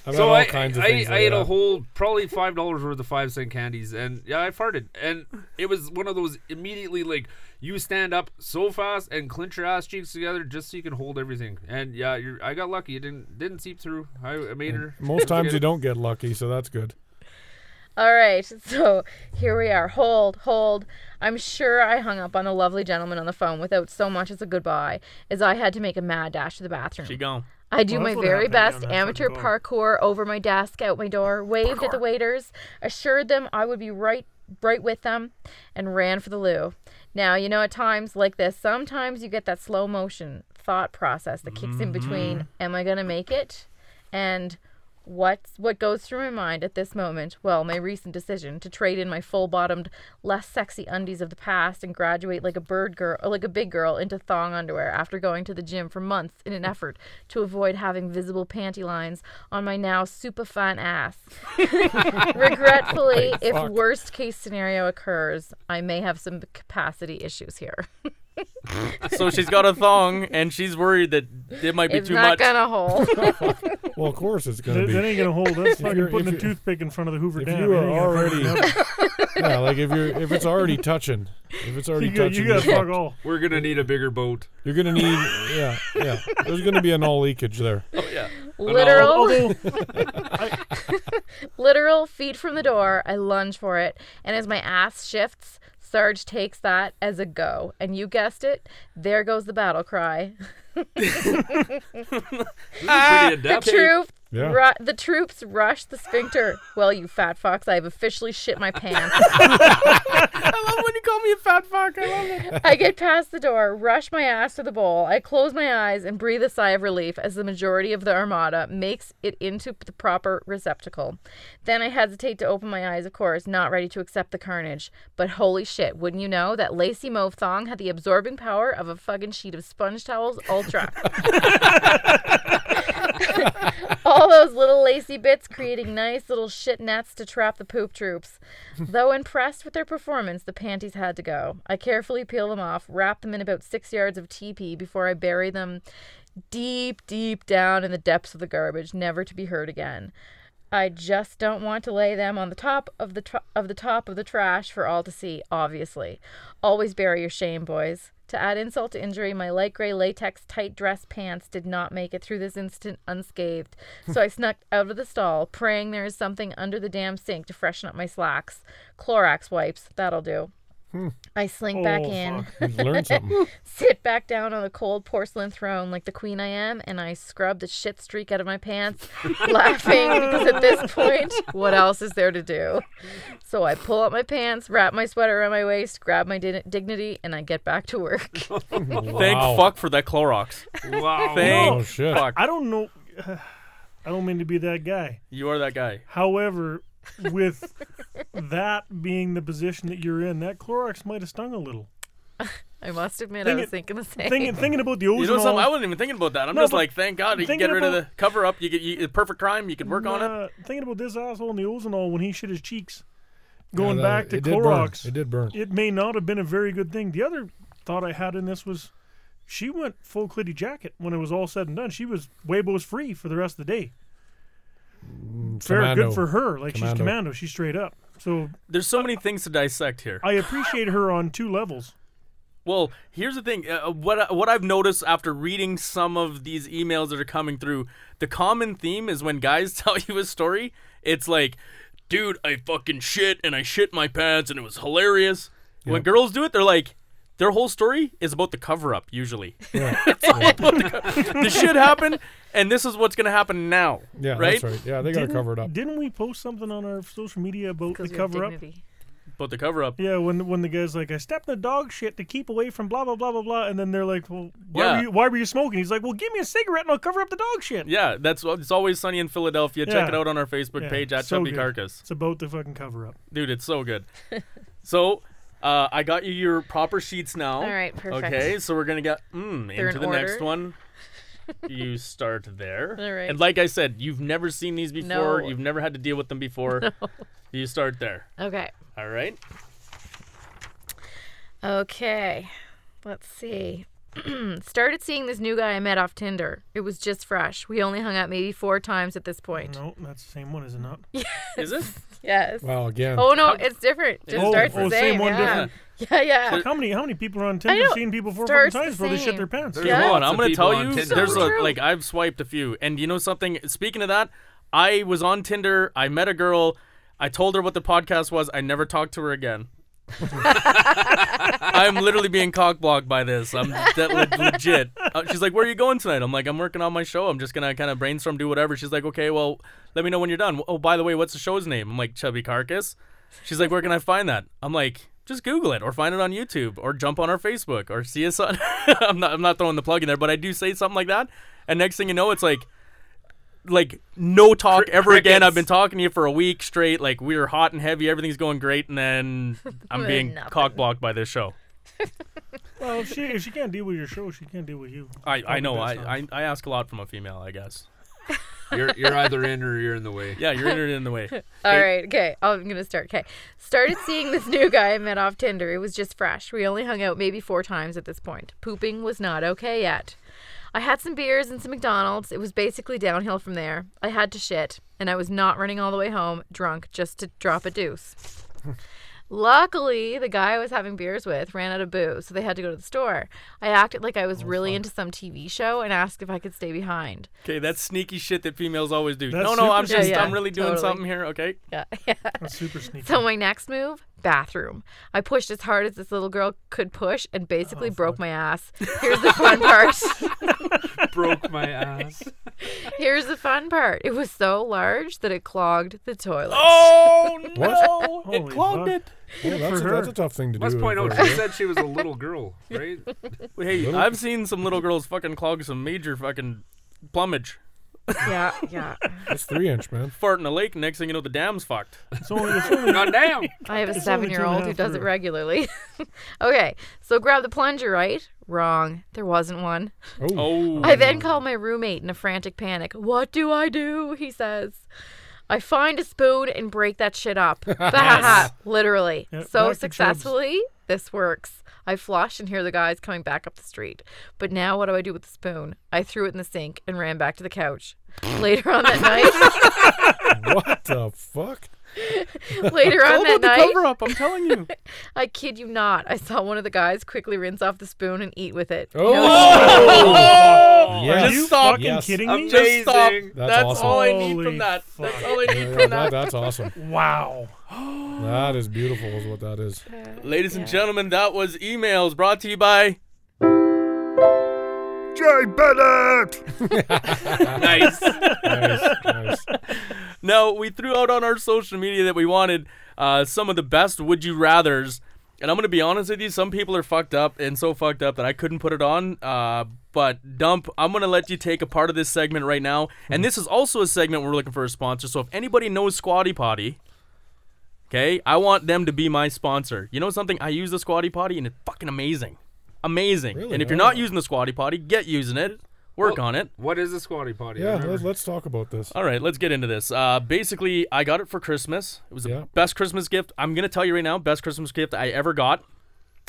[SPEAKER 2] had
[SPEAKER 4] so
[SPEAKER 2] all
[SPEAKER 4] I,
[SPEAKER 2] kinds of
[SPEAKER 4] I,
[SPEAKER 2] things
[SPEAKER 4] I
[SPEAKER 2] like
[SPEAKER 4] ate a
[SPEAKER 2] that.
[SPEAKER 4] whole probably five dollars worth of five cent candies, and yeah, I farted, and it was one of those immediately like you stand up so fast and clench your ass cheeks together just so you can hold everything, and yeah, you're, I got lucky. It didn't didn't seep through. I, I made her.
[SPEAKER 2] Most times
[SPEAKER 4] Forget
[SPEAKER 2] you
[SPEAKER 4] it.
[SPEAKER 2] don't get lucky, so that's good.
[SPEAKER 5] All right, so here we are. Hold, hold. I'm sure I hung up on the lovely gentleman on the phone without so much as a goodbye, as I had to make a mad dash to the bathroom.
[SPEAKER 1] She gone.
[SPEAKER 5] I do
[SPEAKER 3] Well,
[SPEAKER 5] my
[SPEAKER 3] that's what
[SPEAKER 5] very
[SPEAKER 3] happened to me on
[SPEAKER 5] best
[SPEAKER 3] that fucking
[SPEAKER 5] amateur
[SPEAKER 3] boat.
[SPEAKER 5] parkour over my desk, out my door, waved at the waiters, assured them I would be right right with them, and ran for the loo. Now, you know, at times like this, sometimes you get that slow motion thought process that kicks in between
[SPEAKER 3] Mm-hmm.
[SPEAKER 5] am I gonna make it? And what's what goes through my mind at this moment? Well, my recent decision to trade in my full bottomed, less sexy undies of the past and graduate like a bird girl or like a big girl into thong underwear after going to the gym for months in an effort to avoid having visible panty lines on my now super fun ass. Regretfully, if
[SPEAKER 2] fuck.
[SPEAKER 5] worst case scenario occurs, I may have some capacity issues here.
[SPEAKER 1] So she's got a thong, and she's worried that it might be
[SPEAKER 5] It's
[SPEAKER 1] too much.
[SPEAKER 5] not gonna hold.
[SPEAKER 2] Well, of course it's going
[SPEAKER 3] That,
[SPEAKER 2] to
[SPEAKER 3] that
[SPEAKER 2] be.
[SPEAKER 3] ain't gonna hold. That's fucking
[SPEAKER 2] you're-
[SPEAKER 3] putting
[SPEAKER 2] if
[SPEAKER 3] a
[SPEAKER 2] you-
[SPEAKER 3] toothpick in front of the Hoover
[SPEAKER 2] If
[SPEAKER 3] Dam.
[SPEAKER 2] you
[SPEAKER 3] It
[SPEAKER 2] are
[SPEAKER 3] ain't gonna
[SPEAKER 2] already,
[SPEAKER 3] fucking help.
[SPEAKER 2] yeah, like if you're if it's already touching, if it's already
[SPEAKER 3] you got,
[SPEAKER 2] touching,
[SPEAKER 3] you got
[SPEAKER 2] you're
[SPEAKER 3] fuck
[SPEAKER 2] fucked.
[SPEAKER 3] all.
[SPEAKER 4] We're gonna need a bigger boat.
[SPEAKER 2] You're gonna need, yeah, yeah. There's gonna be an all leakage there.
[SPEAKER 5] Literal.
[SPEAKER 3] Although
[SPEAKER 5] literal feet from the door. I lunge for it, and as my ass shifts, Sarge takes that as a go. And you guessed it, there goes the battle cry.
[SPEAKER 1] Ah,
[SPEAKER 4] Pretty adept.
[SPEAKER 5] The troop,
[SPEAKER 2] Yeah.
[SPEAKER 5] ru- the troops rush the sphincter. well, you fat fox, I have officially shit my pants.
[SPEAKER 1] I love when you call me a fat fuck. I love it.
[SPEAKER 5] I get past the door, rush my ass to the bowl. I close my eyes and breathe a sigh of relief as the majority of the armada makes it into the proper receptacle. Then I hesitate to open my eyes, of course, not ready to accept the carnage. But holy shit, wouldn't you know that lacy mauve thong had the absorbing power of a fucking sheet of sponge towels ultra. All those little lacy bits creating nice little shit nets to trap the poop troops. Though impressed with their performance, the panties had to go. I carefully peel them off, wrap them in about six yards of TP before I bury them deep, deep down in the depths of the garbage, never to be heard again. I just don't want to lay them on the top of the tr- of the top of the trash for all to see. Obviously, always bury your shame, boys. To add insult to injury, my light gray latex tight dress pants did not make it through this instant unscathed. So I snuck out of the stall, praying there is something under the damn sink to freshen up my slacks. Clorox wipes, that'll do. I slink back
[SPEAKER 3] Hmm. Oh,
[SPEAKER 5] in,
[SPEAKER 3] fuck.
[SPEAKER 2] You've learned something.
[SPEAKER 5] sit back down on the cold porcelain throne like the queen I am, and I scrub the shit streak out of my pants, laughing because at this point, what else is there to do? So I pull up my pants, wrap my sweater around my waist, grab my din- dignity, and I get back to work.
[SPEAKER 1] Thank
[SPEAKER 2] Wow.
[SPEAKER 1] fuck for that Clorox.
[SPEAKER 4] Wow.
[SPEAKER 1] Thank
[SPEAKER 2] Oh shit!
[SPEAKER 1] fuck.
[SPEAKER 3] I don't know. I don't mean to be that guy.
[SPEAKER 1] You are that guy.
[SPEAKER 3] However, with that being the position that you're in, that Clorox might have stung a little.
[SPEAKER 5] I must admit, I
[SPEAKER 3] Thinking-
[SPEAKER 5] was thinking the same.
[SPEAKER 3] Thinking, thinking about the
[SPEAKER 1] You know
[SPEAKER 3] ozone.
[SPEAKER 1] something? I wasn't even thinking about that. I'm
[SPEAKER 3] No,
[SPEAKER 1] just
[SPEAKER 3] but
[SPEAKER 1] like, thank God you can get
[SPEAKER 3] thinking
[SPEAKER 1] rid of the
[SPEAKER 3] about-
[SPEAKER 1] cover up. You get you, perfect crime. You can work on it.
[SPEAKER 3] Thinking about this asshole and the ozone when he shit his cheeks. Going
[SPEAKER 2] Yeah,
[SPEAKER 3] back
[SPEAKER 2] that- uh,
[SPEAKER 3] to
[SPEAKER 2] it
[SPEAKER 3] Clorox,
[SPEAKER 2] Did burn. It did burn.
[SPEAKER 3] it may not have been a very good thing. The other thought I had in this was she went full Clitty jacket when it was all said and done. She was Weibo's free for the rest of the day. Fair,
[SPEAKER 2] Commando.
[SPEAKER 3] good for her. Like she's
[SPEAKER 2] Commando.
[SPEAKER 3] commando. She's straight up. So
[SPEAKER 1] There's so many things to dissect here.
[SPEAKER 3] I appreciate her on two levels.
[SPEAKER 1] Well, here's the thing. Uh, what I- what I've noticed after reading some of these emails that are coming through, the common theme is when guys tell you a story, it's like, dude, I fucking shit and I shit my pants and it was hilarious. When girls do it, they're like, their whole story is about the cover up usually. It's all about the, co- the shit happened, and this is what's gonna happen now.
[SPEAKER 2] Yeah,
[SPEAKER 1] right?
[SPEAKER 2] that's right. Yeah, they got to
[SPEAKER 3] Didn't-
[SPEAKER 1] Oh.
[SPEAKER 2] cover it up.
[SPEAKER 3] Didn't we post something on our social media about the
[SPEAKER 5] 'Cause we have
[SPEAKER 3] cover up?
[SPEAKER 5] dignity.
[SPEAKER 1] About the cover up.
[SPEAKER 3] Yeah, when when the guy's like, I stepped in the dog shit to keep away from blah blah blah blah blah, and then they're like, Well, why
[SPEAKER 1] Yeah.
[SPEAKER 3] were you why were you smoking? He's like, Well, give me a cigarette and I'll cover up the dog shit.
[SPEAKER 1] Yeah, that's it's always sunny in Philadelphia. Check
[SPEAKER 3] Yeah.
[SPEAKER 1] it out on our Facebook
[SPEAKER 3] Yeah,
[SPEAKER 1] page at
[SPEAKER 3] so
[SPEAKER 1] Chubby
[SPEAKER 3] good.
[SPEAKER 1] Carcass.
[SPEAKER 3] It's about the fucking cover up.
[SPEAKER 1] Dude, it's so good. so, uh, I got you your proper sheets now.
[SPEAKER 5] All right, perfect.
[SPEAKER 1] Okay, so we're gonna get mm,
[SPEAKER 5] They're
[SPEAKER 1] into the
[SPEAKER 5] in
[SPEAKER 1] next
[SPEAKER 5] order.
[SPEAKER 1] one. you start there.
[SPEAKER 5] All right.
[SPEAKER 1] And like I said, you've never seen these before.
[SPEAKER 5] No.
[SPEAKER 1] You've never had to deal with them before. You start there.
[SPEAKER 5] Okay.
[SPEAKER 1] All right.
[SPEAKER 5] Okay. Let's see. Started seeing this new guy I met off Tinder. It was just fresh. We only hung out maybe four times at this point.
[SPEAKER 3] No, that's the same one, is it not?
[SPEAKER 1] Is it?
[SPEAKER 5] Yes.
[SPEAKER 2] Wow, again.
[SPEAKER 5] Oh no, it's different. Just
[SPEAKER 1] Oh,
[SPEAKER 5] starts
[SPEAKER 1] oh,
[SPEAKER 5] the
[SPEAKER 3] same
[SPEAKER 5] same.
[SPEAKER 3] one,
[SPEAKER 5] yeah.
[SPEAKER 3] different.
[SPEAKER 5] yeah, yeah,
[SPEAKER 1] There-
[SPEAKER 3] How many how many people are on
[SPEAKER 5] I
[SPEAKER 3] Tinder
[SPEAKER 5] know,
[SPEAKER 3] seeing people four fucking
[SPEAKER 5] starts the
[SPEAKER 3] times before they shit
[SPEAKER 5] same.
[SPEAKER 3] their pants?
[SPEAKER 4] There's
[SPEAKER 5] Yeah.
[SPEAKER 1] Come on,
[SPEAKER 4] lots
[SPEAKER 1] I'm
[SPEAKER 4] of
[SPEAKER 1] gonna
[SPEAKER 4] people
[SPEAKER 1] tell
[SPEAKER 4] on
[SPEAKER 1] you.
[SPEAKER 4] Tinder
[SPEAKER 1] There's
[SPEAKER 4] with-
[SPEAKER 1] a,
[SPEAKER 5] true.
[SPEAKER 1] like I've swiped a few, and you know something. Speaking of that, I was on Tinder. I met a girl. I told her what the podcast was. I never talked to her again. I'm literally being cockblocked by this. I'm that le- legit. Uh, she's like, "Where are you going tonight?" I'm like, "I'm working on my show. I'm just gonna kind of brainstorm, do whatever." She's like, "Okay, well, let me know when you're done." Oh, by the way, what's the show's name? I'm like, "Chubby Carcass." She's like, "Where can I find that?" I'm like, "Just Google it, or find it on YouTube, or jump on our Facebook, or see us on." I'm not, I'm not throwing the plug in there, but I do say something like that, and next thing you know, it's like like no talk ever again.
[SPEAKER 4] crickets.
[SPEAKER 1] I've been talking to you for a week straight. Like we were hot and heavy, everything's going great, and then I'm being
[SPEAKER 5] Nothing.
[SPEAKER 1] cockblocked by this show.
[SPEAKER 3] Well, if she if she can't deal with your show, she can't deal with you.
[SPEAKER 1] I, I know. I,
[SPEAKER 3] Probably
[SPEAKER 1] I, I ask a lot from a female, I guess.
[SPEAKER 4] You're you're either in or you're in the way.
[SPEAKER 1] Yeah, you're entered in the way.
[SPEAKER 5] All right, okay. Oh, I'm gonna start. Okay, started seeing this new guy I met off Tinder. It was just fresh. We only hung out maybe four times at this point. Pooping was not okay yet. I had some beers and some McDonald's. It was basically downhill from there. I had to shit, and I was not running all the way home drunk just to drop a deuce. Luckily, the guy I was having beers with ran out of booze, so they had to go to the store. I acted like I
[SPEAKER 3] Oh,
[SPEAKER 5] was really into some TV show and asked if I could stay behind.
[SPEAKER 1] Okay, that's sneaky shit that females always do.
[SPEAKER 3] That's
[SPEAKER 1] no, no, I'm
[SPEAKER 3] super
[SPEAKER 1] just,
[SPEAKER 5] sneaky. Yeah,
[SPEAKER 1] I'm really doing
[SPEAKER 5] totally.
[SPEAKER 1] something here. Okay.
[SPEAKER 5] Yeah, yeah.
[SPEAKER 3] That's super sneaky.
[SPEAKER 5] So my next move, bathroom. I pushed as hard as this little girl could push and basically broke my ass. Here's the fun part.
[SPEAKER 4] Broke my ass.
[SPEAKER 5] Here's the fun part. It was so large that it clogged the toilet.
[SPEAKER 1] Oh
[SPEAKER 2] What?
[SPEAKER 1] no! it
[SPEAKER 3] Holy
[SPEAKER 1] clogged
[SPEAKER 3] fuck.
[SPEAKER 1] it.
[SPEAKER 2] Yeah, that's, a, that's
[SPEAKER 3] for
[SPEAKER 2] a
[SPEAKER 3] her. oh
[SPEAKER 2] tough thing to
[SPEAKER 4] Let's
[SPEAKER 2] do.
[SPEAKER 4] point out
[SPEAKER 2] for
[SPEAKER 4] she
[SPEAKER 2] her.
[SPEAKER 4] said she was a little girl, right?
[SPEAKER 1] Hey, I've seen some little girls fucking clog some major fucking plumage.
[SPEAKER 5] Yeah, yeah.
[SPEAKER 2] That's three inch, man.
[SPEAKER 1] Fart in a lake. Next thing you know, the dam's fucked.
[SPEAKER 3] It's only, it's only
[SPEAKER 4] God damn.
[SPEAKER 5] I have a
[SPEAKER 3] It's only
[SPEAKER 5] seven
[SPEAKER 3] two and a
[SPEAKER 5] year old who
[SPEAKER 3] half
[SPEAKER 5] does it
[SPEAKER 3] for-
[SPEAKER 5] regularly. okay, so grab the plunger, right? Wrong. There wasn't one.
[SPEAKER 2] Oh,
[SPEAKER 1] Oh.
[SPEAKER 5] I then call my roommate in a frantic panic. What do I do? He says. I find a spoon and break that shit up. Bahaha, Literally.
[SPEAKER 3] Yep,
[SPEAKER 5] so
[SPEAKER 3] back to
[SPEAKER 5] successfully, this works. I flush and hear the guys coming back up the street. But now what do I do with the spoon? I threw it in the sink and ran back to the couch. Later on that night,
[SPEAKER 2] what the fuck?
[SPEAKER 5] later on that night,
[SPEAKER 1] cover up. I'm telling you.
[SPEAKER 5] I kid you not, I saw one of the guys quickly rinse off the spoon and eat with it.
[SPEAKER 2] Oh,
[SPEAKER 3] Are Oh.
[SPEAKER 2] yes.
[SPEAKER 3] you
[SPEAKER 1] stop.
[SPEAKER 3] fucking
[SPEAKER 2] Yes.
[SPEAKER 3] kidding me?
[SPEAKER 4] Amazing.
[SPEAKER 1] Just stop.
[SPEAKER 4] Amazing.
[SPEAKER 1] That's,
[SPEAKER 2] That's awesome.
[SPEAKER 1] all I need
[SPEAKER 3] Holy
[SPEAKER 1] from that.
[SPEAKER 3] fuck.
[SPEAKER 1] That's all I need
[SPEAKER 2] Yeah,
[SPEAKER 1] from
[SPEAKER 2] that-
[SPEAKER 1] that.
[SPEAKER 2] that's awesome.
[SPEAKER 3] Wow.
[SPEAKER 2] That is beautiful, is what that is.
[SPEAKER 1] Ladies and gentlemen, that was emails brought to you by.
[SPEAKER 2] Jay Bennett!
[SPEAKER 1] Nice.
[SPEAKER 2] nice, nice.
[SPEAKER 1] Now we threw out on our social media that we wanted uh, some of the best would you rather's, and I'm gonna be honest with you. Some people are fucked up and so fucked up that I couldn't put it on. Uh, but dump, I'm gonna let you take a part of this segment right now, and this is also a segment we're looking for a sponsor. So if anybody knows Squatty Potty. Okay, I want them to be my sponsor. You know something? I use the Squatty Potty and it's fucking amazing. Amazing.
[SPEAKER 2] Really?
[SPEAKER 1] And if you're
[SPEAKER 2] Oh.
[SPEAKER 1] not using the Squatty Potty, get using it. Work
[SPEAKER 4] Well-
[SPEAKER 1] on it.
[SPEAKER 4] What is a squatty potty? I
[SPEAKER 2] Yeah,
[SPEAKER 4] remember.
[SPEAKER 2] let, let's talk about this.
[SPEAKER 1] All right, let's get into this. Uh, basically, I got it for Christmas. It was the
[SPEAKER 2] Yeah.
[SPEAKER 1] best Christmas gift. I'm gonna tell you right now, best Christmas gift I ever got.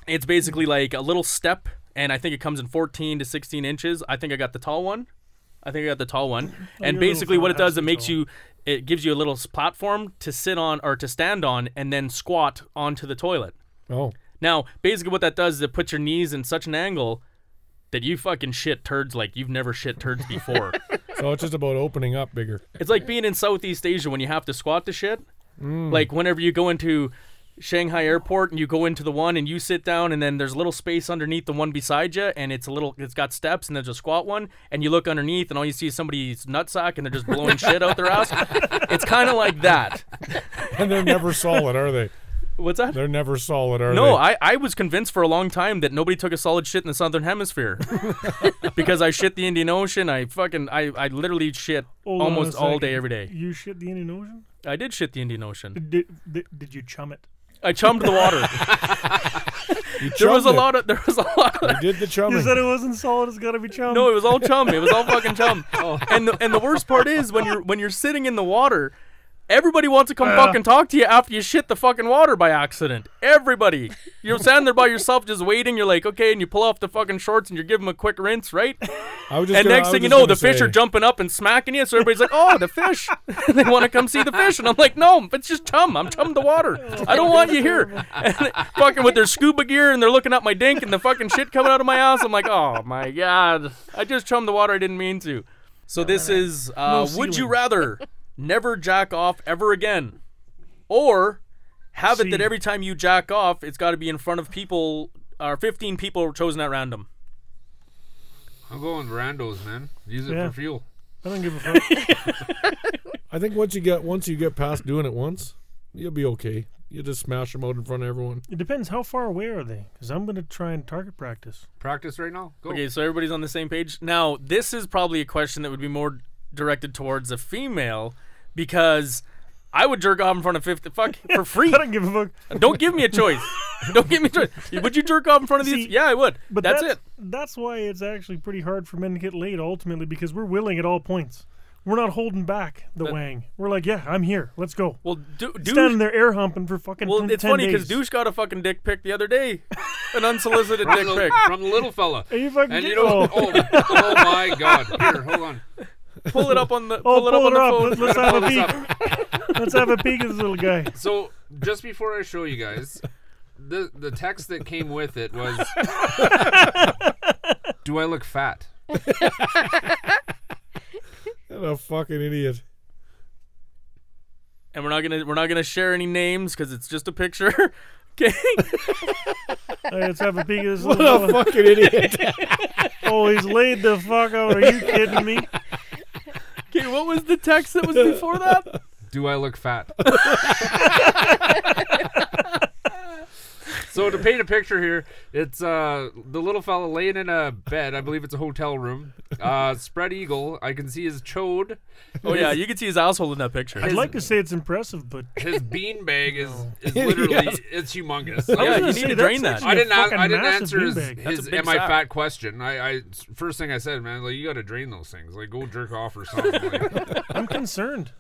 [SPEAKER 1] It's basically like a little step, and I think it comes in 14 to 16 inches. I think I got the tall one. I think I got the tall one. and
[SPEAKER 3] Oh, little
[SPEAKER 1] basically, what it
[SPEAKER 3] fella
[SPEAKER 1] does,
[SPEAKER 3] has
[SPEAKER 1] it
[SPEAKER 3] to
[SPEAKER 1] makes
[SPEAKER 3] tall.
[SPEAKER 1] you, it gives you a little s- platform to sit on or to stand on, and then squat onto the toilet.
[SPEAKER 2] Oh,
[SPEAKER 1] Now, basically, what that does is it puts your knees in such an angle that you fucking shit turds like you've never shit turds before.
[SPEAKER 2] so it's just about opening up bigger.
[SPEAKER 1] It's like being in Southeast Asia when you have to squat to shit.
[SPEAKER 3] Mm.
[SPEAKER 1] Like whenever you go into Shanghai airport and you go into the one and you sit down and then there's a little space underneath the one beside you and it's a little it's got steps and there's a squat one and you look underneath and all you see is somebody's nutsack and they're just blowing shit out their ass. It's kind of like that.
[SPEAKER 2] And they're never solid, are they?
[SPEAKER 1] What's that?
[SPEAKER 2] They're never solid, are they?
[SPEAKER 1] No, I, I was convinced for a long time that nobody took a solid shit in the southern hemisphere. because I shit the Indian Ocean, I fucking I, I literally shit
[SPEAKER 3] Hold on a
[SPEAKER 1] almost all day
[SPEAKER 3] second.
[SPEAKER 1] every day.
[SPEAKER 3] You shit the Indian Ocean?
[SPEAKER 1] I did shit the Indian Ocean.
[SPEAKER 3] Did, did, did you chum it?
[SPEAKER 1] I chummed the water.
[SPEAKER 2] You
[SPEAKER 1] there was a
[SPEAKER 2] chummed it.
[SPEAKER 1] lot of there was a lot of
[SPEAKER 2] You did the chumming.
[SPEAKER 3] You said it wasn't solid. It's got to be chum.
[SPEAKER 1] no, it was all chum. It was all fucking chum.
[SPEAKER 2] Oh.
[SPEAKER 1] And the, and the worst part is when you're when you're sitting in the water, everybody wants to come fucking talk to you after you shit the fucking water by accident. Everybody, you're standing there by yourself just waiting. You're like, okay, and you pull off the fucking shorts and you give them a quick rinse, right?
[SPEAKER 2] I was just
[SPEAKER 1] And
[SPEAKER 2] gonna-
[SPEAKER 1] next
[SPEAKER 2] I was
[SPEAKER 1] thing you
[SPEAKER 2] just
[SPEAKER 1] know,
[SPEAKER 2] gonna
[SPEAKER 1] the fish
[SPEAKER 2] say-
[SPEAKER 1] are jumping up and smacking you. So everybody's like, oh, the fish. they want to come see the fish. And I'm like, no, it's just chum. I'm chum the water. I don't want you here. And they- fucking with their scuba gear and they're looking at my dink and the fucking shit coming out of my ass. I'm like, oh my God. I just chummed the water. I didn't mean to. So this is uh, Would You
[SPEAKER 3] ceiling.
[SPEAKER 1] Rather Never Jack Off Ever Again? Or have it that
[SPEAKER 3] See.
[SPEAKER 1] every time you jack off, it's got to be in front of people or 15 people chosen at random.
[SPEAKER 4] I'm going randos, man. Use it
[SPEAKER 3] Yeah.
[SPEAKER 4] for fuel.
[SPEAKER 3] I don't give a fuck.
[SPEAKER 2] I think once you get once you get past doing it once, you'll be okay. You just smash them out in front of everyone.
[SPEAKER 3] it depends how far away are they, because I'm gonna try and target practice.
[SPEAKER 4] Practice right now. Go.
[SPEAKER 1] Okay, so everybody's on the same page. Now, this is probably a question that would be more directed towards a female because I would jerk off in front of 50 fuck for free.
[SPEAKER 3] I don't give a fuck.
[SPEAKER 1] Don't give me a choice. Don't give me a choice. Would you jerk off in front of these?
[SPEAKER 3] See,
[SPEAKER 1] yeah, I would.
[SPEAKER 3] But
[SPEAKER 1] that's,
[SPEAKER 3] that's
[SPEAKER 1] it.
[SPEAKER 3] That's why it's actually pretty hard for men to get laid ultimately, because we're willing at all points. We're not holding back the wang. We're like, yeah, I'm here. Let's go.
[SPEAKER 1] Well, do,
[SPEAKER 3] Standing
[SPEAKER 1] douche.
[SPEAKER 3] there air humping for fucking.
[SPEAKER 1] Well,
[SPEAKER 3] 10
[SPEAKER 1] it's funny
[SPEAKER 3] days.
[SPEAKER 1] because douche got a fucking dick pic the other day, an unsolicited dick
[SPEAKER 4] From the-
[SPEAKER 1] pic.
[SPEAKER 4] from the little fella.
[SPEAKER 3] Are you fucking
[SPEAKER 4] And you
[SPEAKER 3] kidding?
[SPEAKER 4] know,
[SPEAKER 3] Oh.
[SPEAKER 4] oh, oh my God! Here, hold on.
[SPEAKER 1] Pull it up on the
[SPEAKER 3] Oh,
[SPEAKER 1] pull it up on the phone.
[SPEAKER 3] Let, us have a peek. let's have a peek at this little guy.
[SPEAKER 4] So just before I show you guys, the the text that came with it was, "Do I look fat?"
[SPEAKER 2] What a fucking idiot.
[SPEAKER 1] and we're not gonna we're not gonna share any names because it's just a picture. Okay.
[SPEAKER 3] Hey, let's have a peek at this
[SPEAKER 2] What
[SPEAKER 3] little
[SPEAKER 2] a
[SPEAKER 3] fella.
[SPEAKER 2] fucking idiot.
[SPEAKER 3] Oh, he's laid the fuck out. Are you kidding me?
[SPEAKER 1] okay. What was the text that was before that?
[SPEAKER 4] Do I look fat? so to paint a picture here, it's uh, the little fella laying in a bed. I believe it's a hotel room. Uh, spread eagle. I can see his chode.
[SPEAKER 1] Oh yeah, you can see his asshole in that picture.
[SPEAKER 3] I'd like to say it's impressive, but
[SPEAKER 4] His bean bag is, is literally it's humongous. Like,
[SPEAKER 1] Yeah,
[SPEAKER 3] I
[SPEAKER 1] you
[SPEAKER 3] was
[SPEAKER 1] need
[SPEAKER 3] gonna
[SPEAKER 1] to
[SPEAKER 3] say, that's
[SPEAKER 1] drain that.
[SPEAKER 3] actually
[SPEAKER 4] I
[SPEAKER 3] a
[SPEAKER 4] didn't. a-
[SPEAKER 3] fucking
[SPEAKER 4] I didn't
[SPEAKER 3] massive
[SPEAKER 4] answer his,
[SPEAKER 3] beanbag.
[SPEAKER 1] That's a
[SPEAKER 4] his
[SPEAKER 1] big
[SPEAKER 4] "Am I
[SPEAKER 1] sack.
[SPEAKER 4] fat?" question. I, I first thing I said, man, like you got to drain those things. Like go jerk off or something. Like,
[SPEAKER 3] I'm concerned.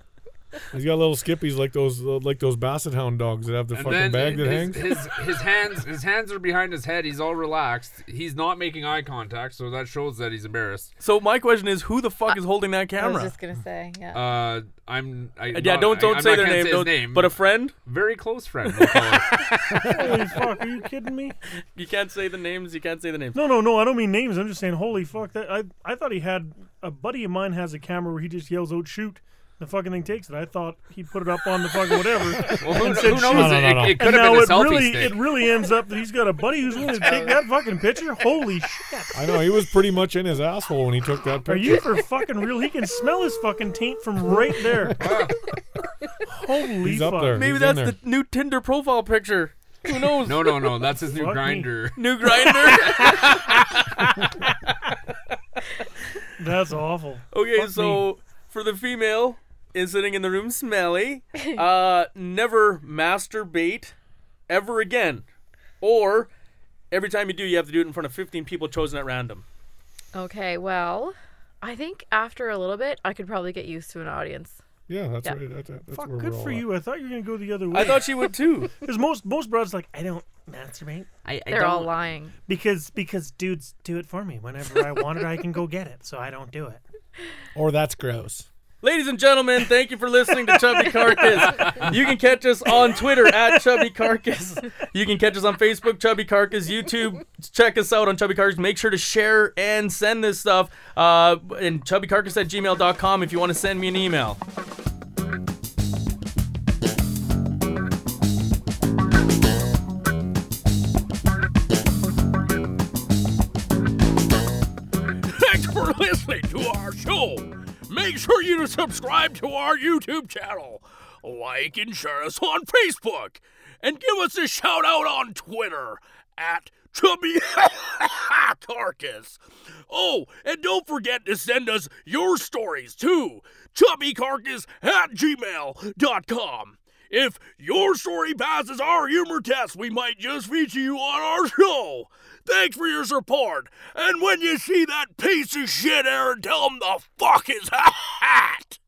[SPEAKER 2] He's got little skippies like those like those basset hound dogs that have the
[SPEAKER 4] and
[SPEAKER 2] fucking
[SPEAKER 4] then
[SPEAKER 2] bag that hangs.
[SPEAKER 4] his, his his hands his hands are behind his head. He's all relaxed. He's not making eye contact, so that shows that he's embarrassed.
[SPEAKER 1] So my question is, who the fuck is holding that
[SPEAKER 5] I was
[SPEAKER 1] camera?
[SPEAKER 5] just gonna say, yeah.
[SPEAKER 4] Uh, I'm. I,
[SPEAKER 1] And yeah, don't don't
[SPEAKER 4] I, I'm
[SPEAKER 1] say
[SPEAKER 4] not
[SPEAKER 1] their
[SPEAKER 4] gonna
[SPEAKER 1] name,
[SPEAKER 4] his
[SPEAKER 1] don't, But a friend,
[SPEAKER 4] very close friend. we'll call it.
[SPEAKER 3] Holy fuck, are you kidding me?
[SPEAKER 1] you can't say the names. You can't say the names.
[SPEAKER 3] No, no, no. I don't mean names. I'm just saying, holy fuck. That I, I thought he had a buddy of mine has a camera where he just yells out, shoot. The fucking thing takes it. I thought he put it up on the fucking whatever.
[SPEAKER 4] well, who,
[SPEAKER 3] and
[SPEAKER 4] who
[SPEAKER 3] said, "Shoot."
[SPEAKER 4] knows?
[SPEAKER 2] No, no,
[SPEAKER 4] It,
[SPEAKER 2] no,
[SPEAKER 4] it
[SPEAKER 3] And
[SPEAKER 4] could have
[SPEAKER 3] now
[SPEAKER 4] been a
[SPEAKER 3] it
[SPEAKER 4] selfie
[SPEAKER 3] really,
[SPEAKER 4] stick.
[SPEAKER 3] it really ends up that he's got a buddy who's willing to take that fucking picture. Holy shit!
[SPEAKER 2] I know he was pretty much in his asshole when he took that picture.
[SPEAKER 3] Are you for fucking real? He can smell his fucking taint from right there. Holy
[SPEAKER 2] He's up
[SPEAKER 3] fuck!
[SPEAKER 2] there.
[SPEAKER 1] Maybe
[SPEAKER 2] He's in
[SPEAKER 1] that's the
[SPEAKER 2] there.
[SPEAKER 1] new Tinder profile picture. Who knows?
[SPEAKER 4] no, no, no. That's his new
[SPEAKER 3] Fuck me.
[SPEAKER 4] grinder.
[SPEAKER 1] New grinder.
[SPEAKER 3] That's awful.
[SPEAKER 1] okay,
[SPEAKER 3] Fuck
[SPEAKER 1] so for the female is sitting in the room, smelly. Uh, never masturbate ever again, or every time you do, you have to do it in front of 15 people chosen at random.
[SPEAKER 5] Okay, well, I think after a little bit, I could probably get used to an audience.
[SPEAKER 2] Yeah, that's
[SPEAKER 5] Yeah.
[SPEAKER 2] right. That, that- that's
[SPEAKER 3] Fuck,
[SPEAKER 2] where
[SPEAKER 3] good
[SPEAKER 2] we're
[SPEAKER 3] for
[SPEAKER 2] all at.
[SPEAKER 3] you. I thought you were gonna go the other
[SPEAKER 1] I
[SPEAKER 3] way.
[SPEAKER 1] thought she would too.
[SPEAKER 3] Because most most broads like I don't masturbate
[SPEAKER 6] I, I
[SPEAKER 5] They're
[SPEAKER 6] don't,
[SPEAKER 5] all lying.
[SPEAKER 3] because because dudes do it for me. Whenever I want it, I can go get it. So I don't do it.
[SPEAKER 2] Or that's gross.
[SPEAKER 1] Ladies and gentlemen, thank you for listening to Chubby Carcass. You can catch us on Twitter at Chubby Carcass. You can catch us on Facebook, Chubby Carcass, YouTube. Check us out on Chubby Carcass. Make sure to share and send this stuff. Uh, and chubbycarcass at gmail.com if you want to send me an email. Thanks for listening to our show. Make sure you subscribe to our YouTube channel, like and share us on Facebook, and give us a shout out on Twitter at Chubby Carcass. Oh, and don't forget to send us your stories too, chubbycarcass at gmail.com. If your story passes our humor test, we might just feature you on our show. Thanks for your support. And when you see that piece of shit, Aaron, tell him the fuck is hat.